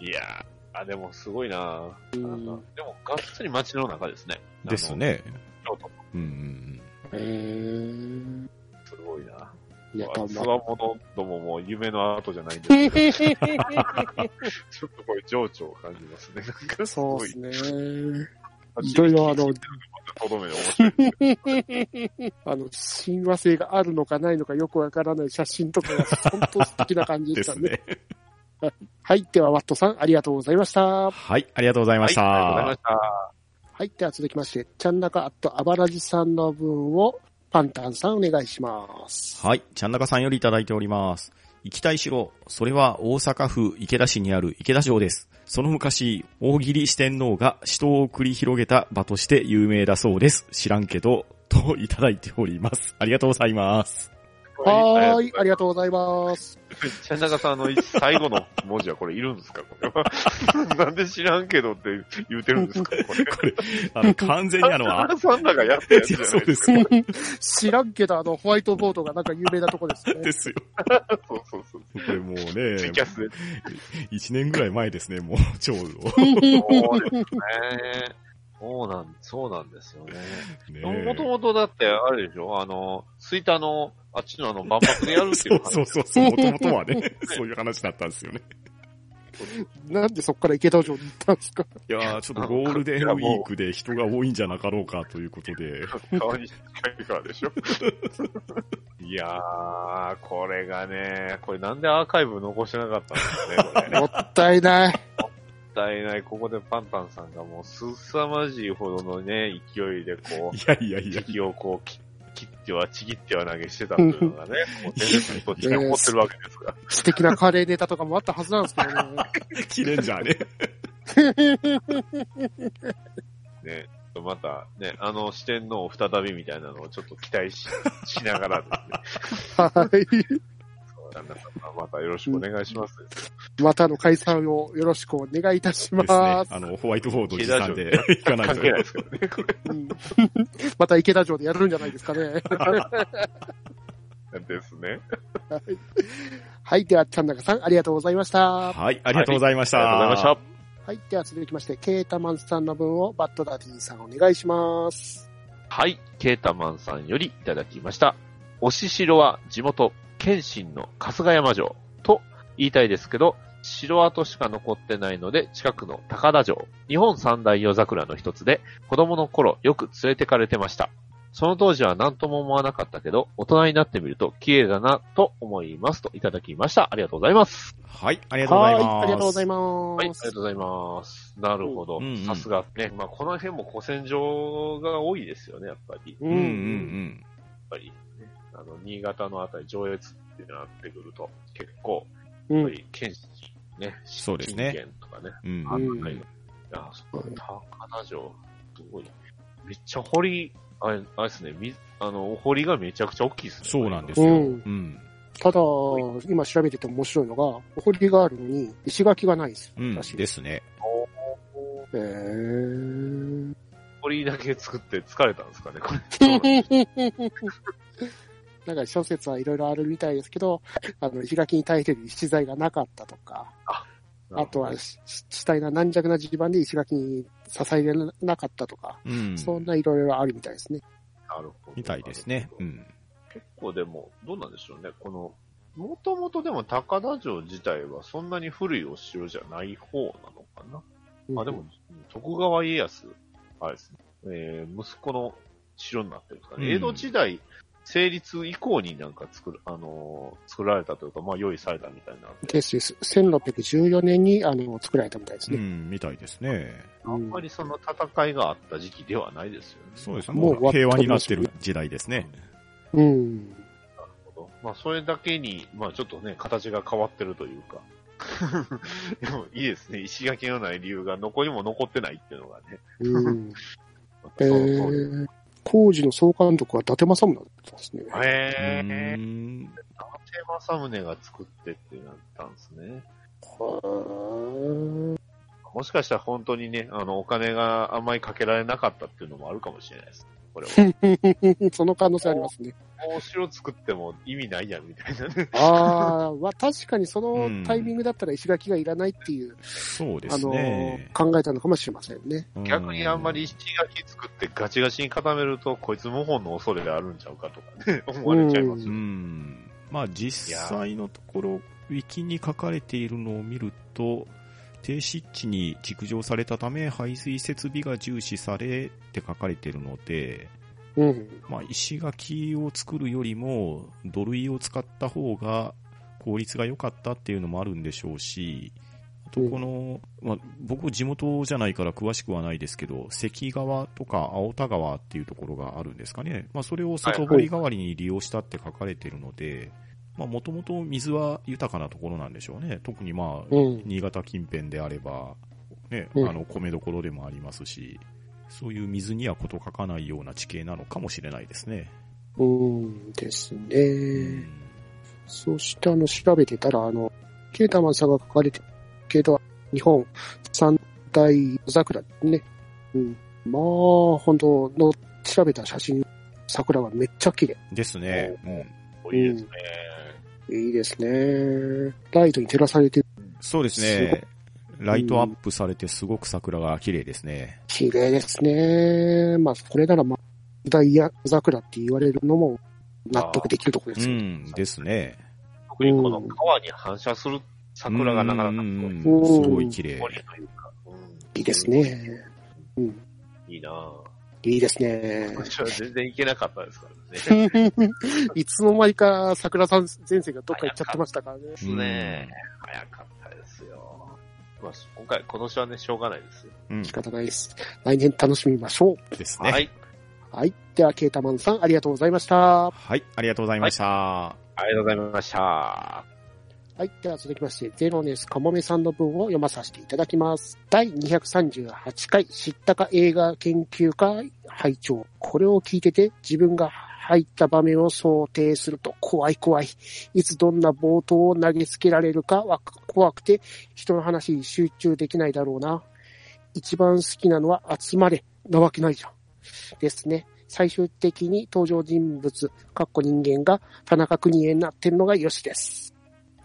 [SPEAKER 2] いやー、あ、でもすごいなー
[SPEAKER 3] うん
[SPEAKER 2] なんかでも、がっつり街の中ですね。
[SPEAKER 1] ですね。
[SPEAKER 2] あの。京都も
[SPEAKER 1] うんうん
[SPEAKER 3] えー、
[SPEAKER 2] すごいな。
[SPEAKER 3] いや、た
[SPEAKER 2] つ
[SPEAKER 3] ま
[SPEAKER 2] わものどももう夢の後じゃないんですけど、 *laughs*
[SPEAKER 3] ら
[SPEAKER 2] ちょっとこれ情緒を感じますね。なんかす
[SPEAKER 3] そう
[SPEAKER 2] ご
[SPEAKER 3] で
[SPEAKER 2] い。
[SPEAKER 3] すね。いろいろあの、
[SPEAKER 2] とどめで面白い。
[SPEAKER 3] あの、親和性があるのかないのかよくわからない写真とか *laughs* が本当素敵な感じで
[SPEAKER 1] で
[SPEAKER 3] した
[SPEAKER 1] す
[SPEAKER 3] ね。
[SPEAKER 1] ね。
[SPEAKER 3] はい。では、ワットさん、ありがとうございました。
[SPEAKER 1] はい、ありがとうございました。
[SPEAKER 2] はいありがとうございました。
[SPEAKER 3] はい。では、続きまして、ちゃんなかアットアバラジさんの分を、パンタンさんお願いします。
[SPEAKER 1] はい。ちゃんなかさんよりいただいております。行きたい城、それは大阪府池田市にある池田城です。その昔、大喜利四天王が死闘を繰り広げた場として有名だそうです。知らんけど、といただいております。ありがとうございます。
[SPEAKER 3] はーい。ありがとうございます。
[SPEAKER 2] ちゃん中さんの最後の文字はこれいるんですかこれ *laughs* は。なんで知らんけどって言うてるんですかこれ。
[SPEAKER 1] これ、あの、完全にあの、
[SPEAKER 2] ちゃん *laughs*
[SPEAKER 1] あ
[SPEAKER 2] 中さんらがやってるやつじゃない
[SPEAKER 1] そうですすよ。
[SPEAKER 3] 知らんけど、あの、ホワイトボードがなんか有名なとこです *laughs* ね。
[SPEAKER 1] ですよ。
[SPEAKER 2] か。そうそうそう。
[SPEAKER 1] これもうね、
[SPEAKER 2] ツイキャ *laughs* スです
[SPEAKER 1] 1年ぐらい前ですね、もう、ちょうど。
[SPEAKER 2] そうですね。そうなん、そうなんですよね。
[SPEAKER 1] ね
[SPEAKER 2] もともとだって、あれでしょあの、スイタの、あっちのあの、万博でやるってい
[SPEAKER 1] そううそうそうそう、もともとはね、そういう話だったんですよね。
[SPEAKER 3] なんでそこから池田城に行ったんです *laughs* か
[SPEAKER 1] いやー、ちょっとゴールデンウィークで人が多いんじゃなかろうかということで、
[SPEAKER 2] 話。顔に近いからでしょ *laughs* いやー、これがね、これなんでアーカイブ残してなかったんですかね、
[SPEAKER 1] *laughs*
[SPEAKER 2] これね
[SPEAKER 3] もったいない。
[SPEAKER 2] もったいない。ここでパンタンさんがもうすさまじいほどのね、勢いでこ、
[SPEAKER 1] いやいやいうや、
[SPEAKER 2] 敵をこう、き切ってはちぎっては投げしてたというのがね、もう全然こっちに怒ってるわけですから。
[SPEAKER 3] 素敵なカレーネタとかもあったはずなんですけど *laughs* ね。
[SPEAKER 1] 切れんじゃね。
[SPEAKER 2] ね。また、ね、あの四天王再びみたいなのをちょっと期待ししながら
[SPEAKER 1] *laughs*
[SPEAKER 2] です
[SPEAKER 3] はい。
[SPEAKER 2] ね、旦那様またよろしくお願いします。
[SPEAKER 3] またの開催をよろしくお願いいたし
[SPEAKER 1] ですね
[SPEAKER 3] ま。す。
[SPEAKER 1] あの、ホワイトボード持参で行かない
[SPEAKER 2] 関
[SPEAKER 1] と
[SPEAKER 2] 係。ないですけどね、これ。
[SPEAKER 3] うんまた池田城でやるんじゃないですか *laughs* ね。
[SPEAKER 2] ですね。
[SPEAKER 3] はい。では、ちゃんなかさん、ありがとうございました。
[SPEAKER 1] はい、ありがとうございました。
[SPEAKER 2] ありがとうございました。
[SPEAKER 3] はい。では、続きまして、ケータマンさんの分をバッドダディさんお願いします。
[SPEAKER 2] はい、ケータマンさんよりいただきました。おし城は地元、謙信の春日山城と言いたいですけど、城跡しか残ってないので、近くの高田城、日本三大夜桜の一つで、子供の頃よく連れてかれてました。その当時は何とも思わなかったけど、大人になってみると綺麗だなと思いますといただきました。ありがとうございます。
[SPEAKER 1] はい、ありがとうございます。
[SPEAKER 3] はい、ありがとうござい
[SPEAKER 1] ま
[SPEAKER 3] ま
[SPEAKER 2] はい、あり
[SPEAKER 3] す
[SPEAKER 2] が。とうございます。なるほど
[SPEAKER 1] うんうん。
[SPEAKER 2] さすがね。まあ、この辺も古戦場が多いですよね、やっぱり。やっ
[SPEAKER 3] う。
[SPEAKER 1] うんうんうんん。
[SPEAKER 2] ぱり、ね、あの、新潟のあたり、上越ってなってくると、結構、
[SPEAKER 3] う
[SPEAKER 2] やっぱ
[SPEAKER 3] ん。
[SPEAKER 2] り、県市、ね、
[SPEAKER 1] そうですね
[SPEAKER 2] 信玄とかね。
[SPEAKER 1] うん
[SPEAKER 2] あ
[SPEAKER 3] うん
[SPEAKER 2] はい。いや、そっか、高田城、すごい。めっちゃ堀、あれ、あれですね、み、あの、堀がめちゃくちゃ大きいですね。
[SPEAKER 1] そうなんです
[SPEAKER 3] う
[SPEAKER 1] よ。
[SPEAKER 3] ん、
[SPEAKER 1] うん。
[SPEAKER 3] ただ、今調べてて面白いのが、堀があるのに石垣がないんですよ。
[SPEAKER 1] うん。
[SPEAKER 3] 私
[SPEAKER 1] ですね。
[SPEAKER 3] へー
[SPEAKER 2] 堀だけ作って疲れたんですかね、これ。
[SPEAKER 3] なんか諸説はいろいろあるみたいですけど、あの、石垣に耐えてる石材がなかったとか、あとはし死体が軟弱な地盤で石垣に支えられなかったとか、
[SPEAKER 1] うん。
[SPEAKER 3] そんないろいろあるみたいですね。
[SPEAKER 2] なるほど、
[SPEAKER 1] みたいですね。うん。
[SPEAKER 2] 結構でも、どうなんでしょうね、この、もともとでも高田城自体はそんなに古いお城じゃない方なのかな。あ、でも、徳川家康、あれですね、えー息子の城になってるんですかね。
[SPEAKER 1] うん
[SPEAKER 2] 江戸時代、成立以降になんか作る、あのー作られたというか、まあ用意されたみたいなんで、
[SPEAKER 3] ですです。1614年に、あの、作られたみたいです
[SPEAKER 1] う
[SPEAKER 3] ね。
[SPEAKER 1] ん、みたいですね。
[SPEAKER 2] あんまりその戦いがあった時期ではないですよね。
[SPEAKER 1] そうですね。
[SPEAKER 3] もう
[SPEAKER 1] もう平和になってる時代ですね。
[SPEAKER 3] うん。
[SPEAKER 2] なるほど。まあ、それだけに、まあ、ちょっとね、形が変わってるとい
[SPEAKER 1] *laughs*
[SPEAKER 2] うか。でも、いいですね。石垣のない理由が、残りも残ってないっていうのがね。
[SPEAKER 3] うん。
[SPEAKER 2] また
[SPEAKER 3] え
[SPEAKER 2] *laughs* その通り
[SPEAKER 3] ー、工事の総監督は伊達政宗だったんですね。
[SPEAKER 2] へ
[SPEAKER 1] う
[SPEAKER 2] ぇー。
[SPEAKER 1] ん
[SPEAKER 2] 伊達政宗が作ってってなったんですね。
[SPEAKER 3] は
[SPEAKER 2] もしかしたら本当にね、あの、お金があんまりかけられなかったっていうのもあるかもしれないです。これは。
[SPEAKER 3] ー *laughs* その可能性ありますね。
[SPEAKER 2] お城作っても意味ないやん、みたいなね。
[SPEAKER 3] ああ、まあ確かにそのタイミングだったら石垣がいらないっていう、
[SPEAKER 1] そうで
[SPEAKER 3] あ
[SPEAKER 1] す
[SPEAKER 3] の、
[SPEAKER 1] ね。
[SPEAKER 3] 考えたのかもしれませんね。
[SPEAKER 1] う
[SPEAKER 2] 逆にあんまり石垣作ってガチガチに固めると、こいつ謀反の恐れがあるんちゃうかとかね、思われちゃいます
[SPEAKER 1] う
[SPEAKER 2] よね。
[SPEAKER 1] ん。まあ実際のところ、ウィキに書かれているのを見ると、低湿地に築城されたため、排水設備が重視されって書かれているので、
[SPEAKER 3] うん。
[SPEAKER 1] まあ石垣を作るよりも土塁を使った方が効率が良かったっていうのもあるんでしょうし、あとこの、まあ僕地元じゃないから詳しくはないですけど、関川とか青田川っていうところがあるんですかね。まあそれを外堀代わりに利用したって書かれてるので、まあもともと水は豊かなところなんでしょうね。特にまあ
[SPEAKER 3] うん。
[SPEAKER 1] 新潟近辺であれば、ね、
[SPEAKER 3] うん
[SPEAKER 1] あの、米どころでもありますし、そういう水にはこと書かないような地形なのかもしれないですね。
[SPEAKER 3] うんです
[SPEAKER 1] う
[SPEAKER 3] ね。
[SPEAKER 1] ん
[SPEAKER 3] そしてあの、調べてたら、あの、ケータマンさんが書かれてるけど、日本三大桜ね。うん。まあ、本当の、調べた写真、桜がめっちゃ綺麗。
[SPEAKER 1] ですね。うん
[SPEAKER 2] 多いですね。
[SPEAKER 3] いいですね。ライトに照らされて
[SPEAKER 1] そうですね。ライトアップされてすごく桜が綺麗ですね。
[SPEAKER 3] 綺麗ですね。まあ、これなら、まあ、ダイヤ桜って言われるのも納得できるところで
[SPEAKER 1] う
[SPEAKER 3] すよ。
[SPEAKER 1] ん、ですね。
[SPEAKER 2] 特にこの川に反射する桜がなかなかすごい。
[SPEAKER 1] うん
[SPEAKER 2] い
[SPEAKER 1] うんうんすごい綺麗。
[SPEAKER 2] というか、うん
[SPEAKER 3] いいです。ね。うん。
[SPEAKER 2] いいなぁ。
[SPEAKER 3] いいで
[SPEAKER 1] *laughs*
[SPEAKER 3] すね。
[SPEAKER 2] 私は全然行けなかったですからね。
[SPEAKER 3] いつの間にか桜さん前世がどっか行っちゃってましたからね。
[SPEAKER 2] ですね。早かったですよ。まあ、今回、今年はね、しょうがないです。
[SPEAKER 1] うん、
[SPEAKER 3] 仕方ないです。来年楽しみましょう。
[SPEAKER 1] です
[SPEAKER 2] は
[SPEAKER 1] ね。
[SPEAKER 2] い。
[SPEAKER 3] はい。では、ケータマンさん、ありがとうございました。は
[SPEAKER 1] はい、ありがとうございました。
[SPEAKER 2] ありがとうございました。
[SPEAKER 3] い。では、続きまして、ゼロネスカモメさんの文を読まさせていただきます。第238回、知ったか映画研究会拝聴。これを聞いてて、自分が入った場面を想定すると怖い怖い。いつどんな冒頭を投げつけられるかは怖くて、人の話に集中できないだろうな。一番好きなのは集まれなわけないじゃん。ですね。最終的に登場人物、かっこ人間が田中邦衛になってるのがよしです。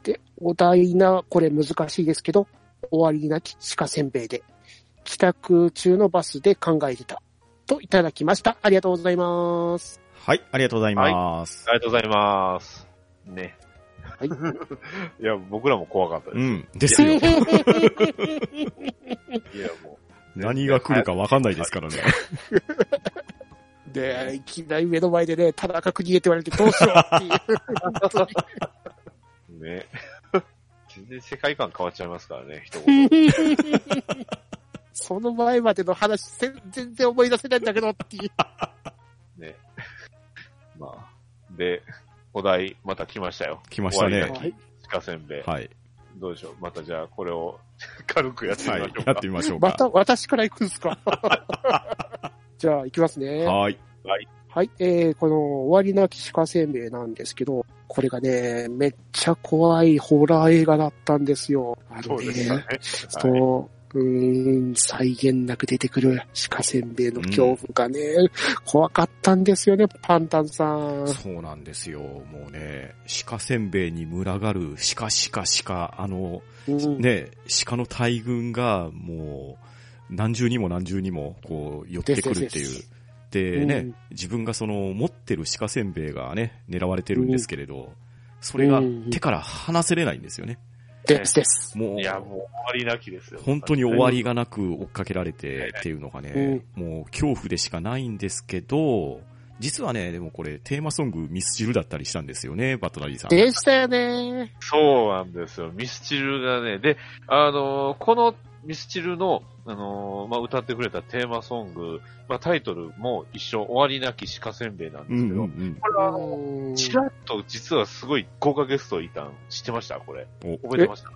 [SPEAKER 3] で、お題な、これ難しいですけど、終わりなき鹿せんべいで、帰宅中のバスで考えてた。といただきました。ありがとうございます。
[SPEAKER 1] はい、ありがとうございます。
[SPEAKER 2] ありがとうございます。ね。
[SPEAKER 3] い
[SPEAKER 2] *laughs* いや、僕らも怖かった
[SPEAKER 1] う
[SPEAKER 2] です。
[SPEAKER 1] ん、ですよ。
[SPEAKER 2] いや、もう。
[SPEAKER 1] 何が来るか分かんないですからね。
[SPEAKER 3] で、いきなり目の前でね、田中邦衛って言われてどうしようっ
[SPEAKER 1] *laughs*
[SPEAKER 3] ていう。本当に
[SPEAKER 2] ね。 *laughs* 全然世界観変わっちゃいますからね、一言。
[SPEAKER 3] その前までの話、せ全然思い出せないんだけどっていう。
[SPEAKER 2] *laughs* まあ。で、お題、また来ましたよ。
[SPEAKER 1] 来ました
[SPEAKER 2] 終わ
[SPEAKER 1] ね
[SPEAKER 2] り。
[SPEAKER 3] はい。
[SPEAKER 2] 鹿せんべい。
[SPEAKER 1] はい。
[SPEAKER 2] どうでしょうまたじゃあ、これを *laughs* 軽くやってみま
[SPEAKER 1] は
[SPEAKER 2] しょ
[SPEAKER 1] い。
[SPEAKER 2] うか。
[SPEAKER 1] やってみましょうか。
[SPEAKER 3] また私から行くんです
[SPEAKER 1] *laughs*
[SPEAKER 3] かじゃあ行きますね。
[SPEAKER 1] はい。
[SPEAKER 3] はい。えー、この終わりなき鹿せんべいなんですけど、これがね、めっちゃ怖いホラー映画だったんですよ。あ
[SPEAKER 2] そ
[SPEAKER 3] の
[SPEAKER 2] う
[SPEAKER 3] ね
[SPEAKER 2] で、したね。
[SPEAKER 3] そう、うーん、再現なく出てくる鹿せんべいの恐怖がね、怖かったんですよね、パンタンさん。
[SPEAKER 1] そうなんですよ。もうね、鹿せんべいに群がる鹿鹿鹿、あの、
[SPEAKER 3] うん、
[SPEAKER 1] ね、鹿の大群がもう何重にも何重にもこう寄ってくるっていう。でね、
[SPEAKER 3] うん
[SPEAKER 1] 自分がその持ってる鹿せんべいがね、狙われてるんですけれど、それが
[SPEAKER 3] うん
[SPEAKER 1] 手から離せれないんですよね。
[SPEAKER 3] ですです。
[SPEAKER 1] もう
[SPEAKER 2] い、や、もう終わりなきですよ。
[SPEAKER 1] 本当に終わりがなく追っかけられてっていうのがね、もう恐怖でしかないんですけど、実はね、でもこれテーマソングミスチルだったりしたんですよね、バトナリーさん。
[SPEAKER 3] でしたよね。
[SPEAKER 2] そうなんですよ。ミスチルがね、で、あのーこのミスチルの、あのーまあ、歌ってくれたテーマソング、まあ、タイトルも一緒、終わりなき鹿せんべいなん
[SPEAKER 1] う
[SPEAKER 2] で
[SPEAKER 1] ん
[SPEAKER 2] すけ
[SPEAKER 1] うん
[SPEAKER 2] ど、
[SPEAKER 1] うん。
[SPEAKER 2] これはあの、
[SPEAKER 3] うん
[SPEAKER 2] ちらっと実はすごい豪華ゲストいたん、知ってましたこれ。
[SPEAKER 1] お
[SPEAKER 2] 覚えてました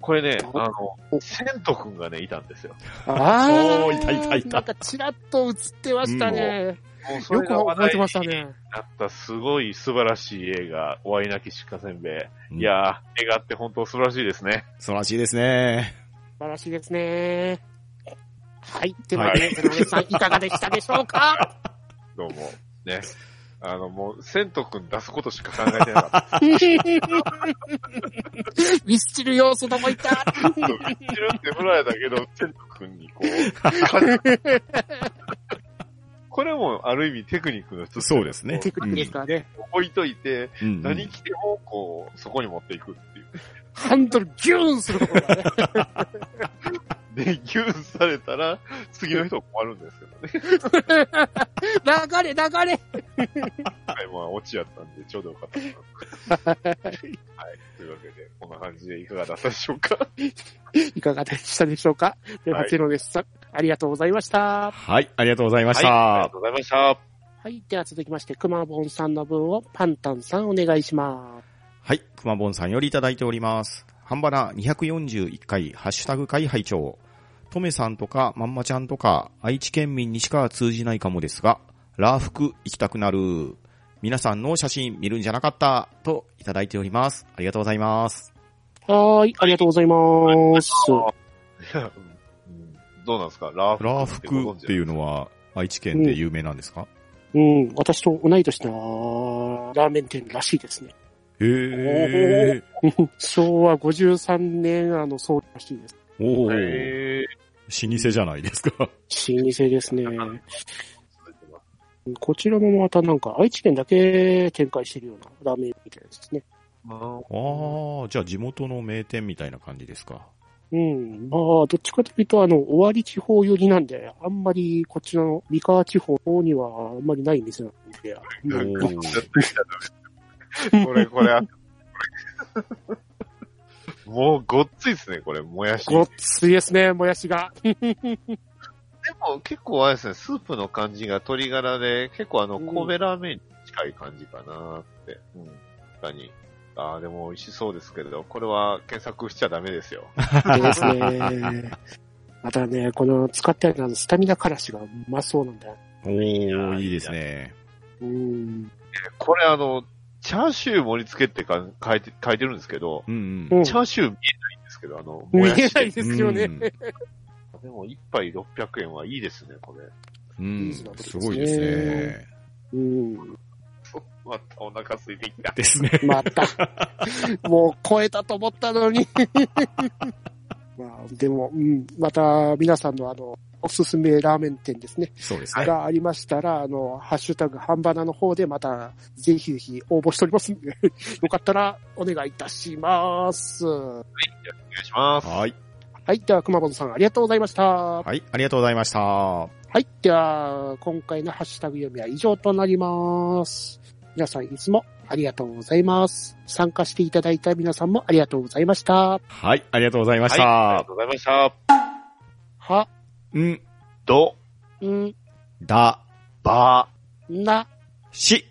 [SPEAKER 2] これね、
[SPEAKER 3] え
[SPEAKER 2] あの、セントくんがね、いたんですよ。
[SPEAKER 3] ああ、
[SPEAKER 1] おーいたいたいた
[SPEAKER 3] なんかちらっと映ってましたね。
[SPEAKER 2] もうそ
[SPEAKER 3] よ
[SPEAKER 2] れ
[SPEAKER 3] く
[SPEAKER 2] が話
[SPEAKER 3] 覚え
[SPEAKER 2] 題
[SPEAKER 3] て
[SPEAKER 2] に
[SPEAKER 3] ましたね。
[SPEAKER 2] なったすごい素晴らしい映画、終わりなき鹿せんべ
[SPEAKER 1] うん
[SPEAKER 2] い。いやー、映画って本当素晴らしいですね。
[SPEAKER 1] 素晴らしいですね。
[SPEAKER 3] 素晴らしいですね。はい。ではね、井上さん、いかがでしたでしょうか *laughs*
[SPEAKER 2] どうも。ね。あの、もう、セント君出すことしか考えてな
[SPEAKER 1] *laughs*
[SPEAKER 2] かっ
[SPEAKER 3] ミスチル要素どこいった
[SPEAKER 2] た。知るって振られたけど、セント君にこ
[SPEAKER 1] *laughs*
[SPEAKER 2] う、これもある意味テクニックの一つですよ
[SPEAKER 1] そうですね
[SPEAKER 3] テクニックですからね。
[SPEAKER 2] 置いといて、
[SPEAKER 1] うんうん
[SPEAKER 2] 何着ても、こう、そこに持っていくっていう。
[SPEAKER 3] ハンドルギューンするところが *laughs* ね。
[SPEAKER 2] で、ギューされたら、次の人困るんですけど
[SPEAKER 1] *laughs*
[SPEAKER 2] ね。
[SPEAKER 3] 流れ流れ
[SPEAKER 2] はい、まあ、落ちやったんで、ちょうどよかったかな。はい。というわけで、こんな感じでいかがだったでしょうか。
[SPEAKER 3] いかがでしたでしょうかでは、
[SPEAKER 2] はい
[SPEAKER 3] ゼロですさん、ありがとうございました。
[SPEAKER 1] はい、ありがとうございました。
[SPEAKER 2] はい。ありがとうございました。
[SPEAKER 3] はい。では続きまして、くまぼんさんの分をパンタンさんお願いします。
[SPEAKER 1] はい、くまぼんさんよりいただいております。ハンバラ241回、ハッシュタグ会拝聴とめさんとか、まんまちゃんとか、愛知県民にしか通じないかもですが、ラー服行きたくなる。皆さんの写真見るんじゃなかった、といただいております。ありがとうございます。
[SPEAKER 3] はーい。ありがとうございます。
[SPEAKER 2] いやうんどうなんですかラーフ
[SPEAKER 1] ラー服っていうのは、愛知県で有名なんですか、
[SPEAKER 3] うん。私と同い年のラーメン店らしいですね。
[SPEAKER 1] へえ。
[SPEAKER 3] 昭和53年、あの、創立らしいです。
[SPEAKER 1] ー。おー
[SPEAKER 2] え
[SPEAKER 1] 老舗じゃないですか。
[SPEAKER 3] 老舗ですね。こちらもまたなんか、愛知県だけ展開してるようなラーメンみたいですね。
[SPEAKER 1] ああ、じゃあ地元の名店みたいな感じですか。
[SPEAKER 3] うん。まあ、どっちかというと、あの、終わり地方寄りなんで、あんまりこっちの三河地方にはあんまりない店なんで、
[SPEAKER 1] おー
[SPEAKER 2] これ、これ、あもう、ごっついですね、これ、もやし。で
[SPEAKER 3] ごっついですね、もやしが。
[SPEAKER 2] も、結構あれですね、スープの感じが鶏ガラで、結構あの、
[SPEAKER 3] うん
[SPEAKER 2] 神戸ラーメンに近い感じかなって。うん。確かに。ああ、でも美味しそうですけれど、これは検索しちゃダメですよ。
[SPEAKER 3] ですね。 *laughs* またね、この使ってあるあのスタミナからしがうまそうなんだよ。
[SPEAKER 1] おー、いいですね。
[SPEAKER 3] うん。
[SPEAKER 2] これあの、チャーシュー盛り付けってか書いて、書いてるんですけど、
[SPEAKER 1] うん
[SPEAKER 3] う
[SPEAKER 1] うん
[SPEAKER 2] チャーシュー見えないんですけど、あの、
[SPEAKER 3] 見
[SPEAKER 2] もやし
[SPEAKER 3] え
[SPEAKER 2] で
[SPEAKER 3] ないですよね。
[SPEAKER 2] でも、一杯600円はいいですね、これ。
[SPEAKER 1] う
[SPEAKER 3] い
[SPEAKER 1] ん
[SPEAKER 3] い仕。事ですね
[SPEAKER 1] すごいですね。
[SPEAKER 3] うん。
[SPEAKER 2] またお腹空いてきた。
[SPEAKER 1] ですね。
[SPEAKER 3] また、もう超えたと思ったのに。 *laughs* まあ、でも、うん。また、皆さんのあの、おすすめラーメン店ですね。
[SPEAKER 1] そうですね。
[SPEAKER 3] がありましたら、あの、ハッシュタグ、半ばなの方でまた、ぜひぜひ応募しておりますん *laughs* で、よかったらお願いいたします。は
[SPEAKER 2] お願いします。
[SPEAKER 1] はい。
[SPEAKER 3] い。では、熊本さん、ありがとうございました。は。
[SPEAKER 1] はい。ありがとうございました。はい
[SPEAKER 3] はい。では、今回のハッシュタグ読みは以上となります。皆さんいつもありがとうございます。参加していただいた皆さんもありがとうございました。
[SPEAKER 1] はい、ありがとうございまし
[SPEAKER 4] は
[SPEAKER 1] た。
[SPEAKER 4] い、ありがとうございました。
[SPEAKER 3] は、
[SPEAKER 1] ん、
[SPEAKER 4] ど、
[SPEAKER 3] ん、
[SPEAKER 1] だ、
[SPEAKER 4] ば、
[SPEAKER 3] な、
[SPEAKER 1] し。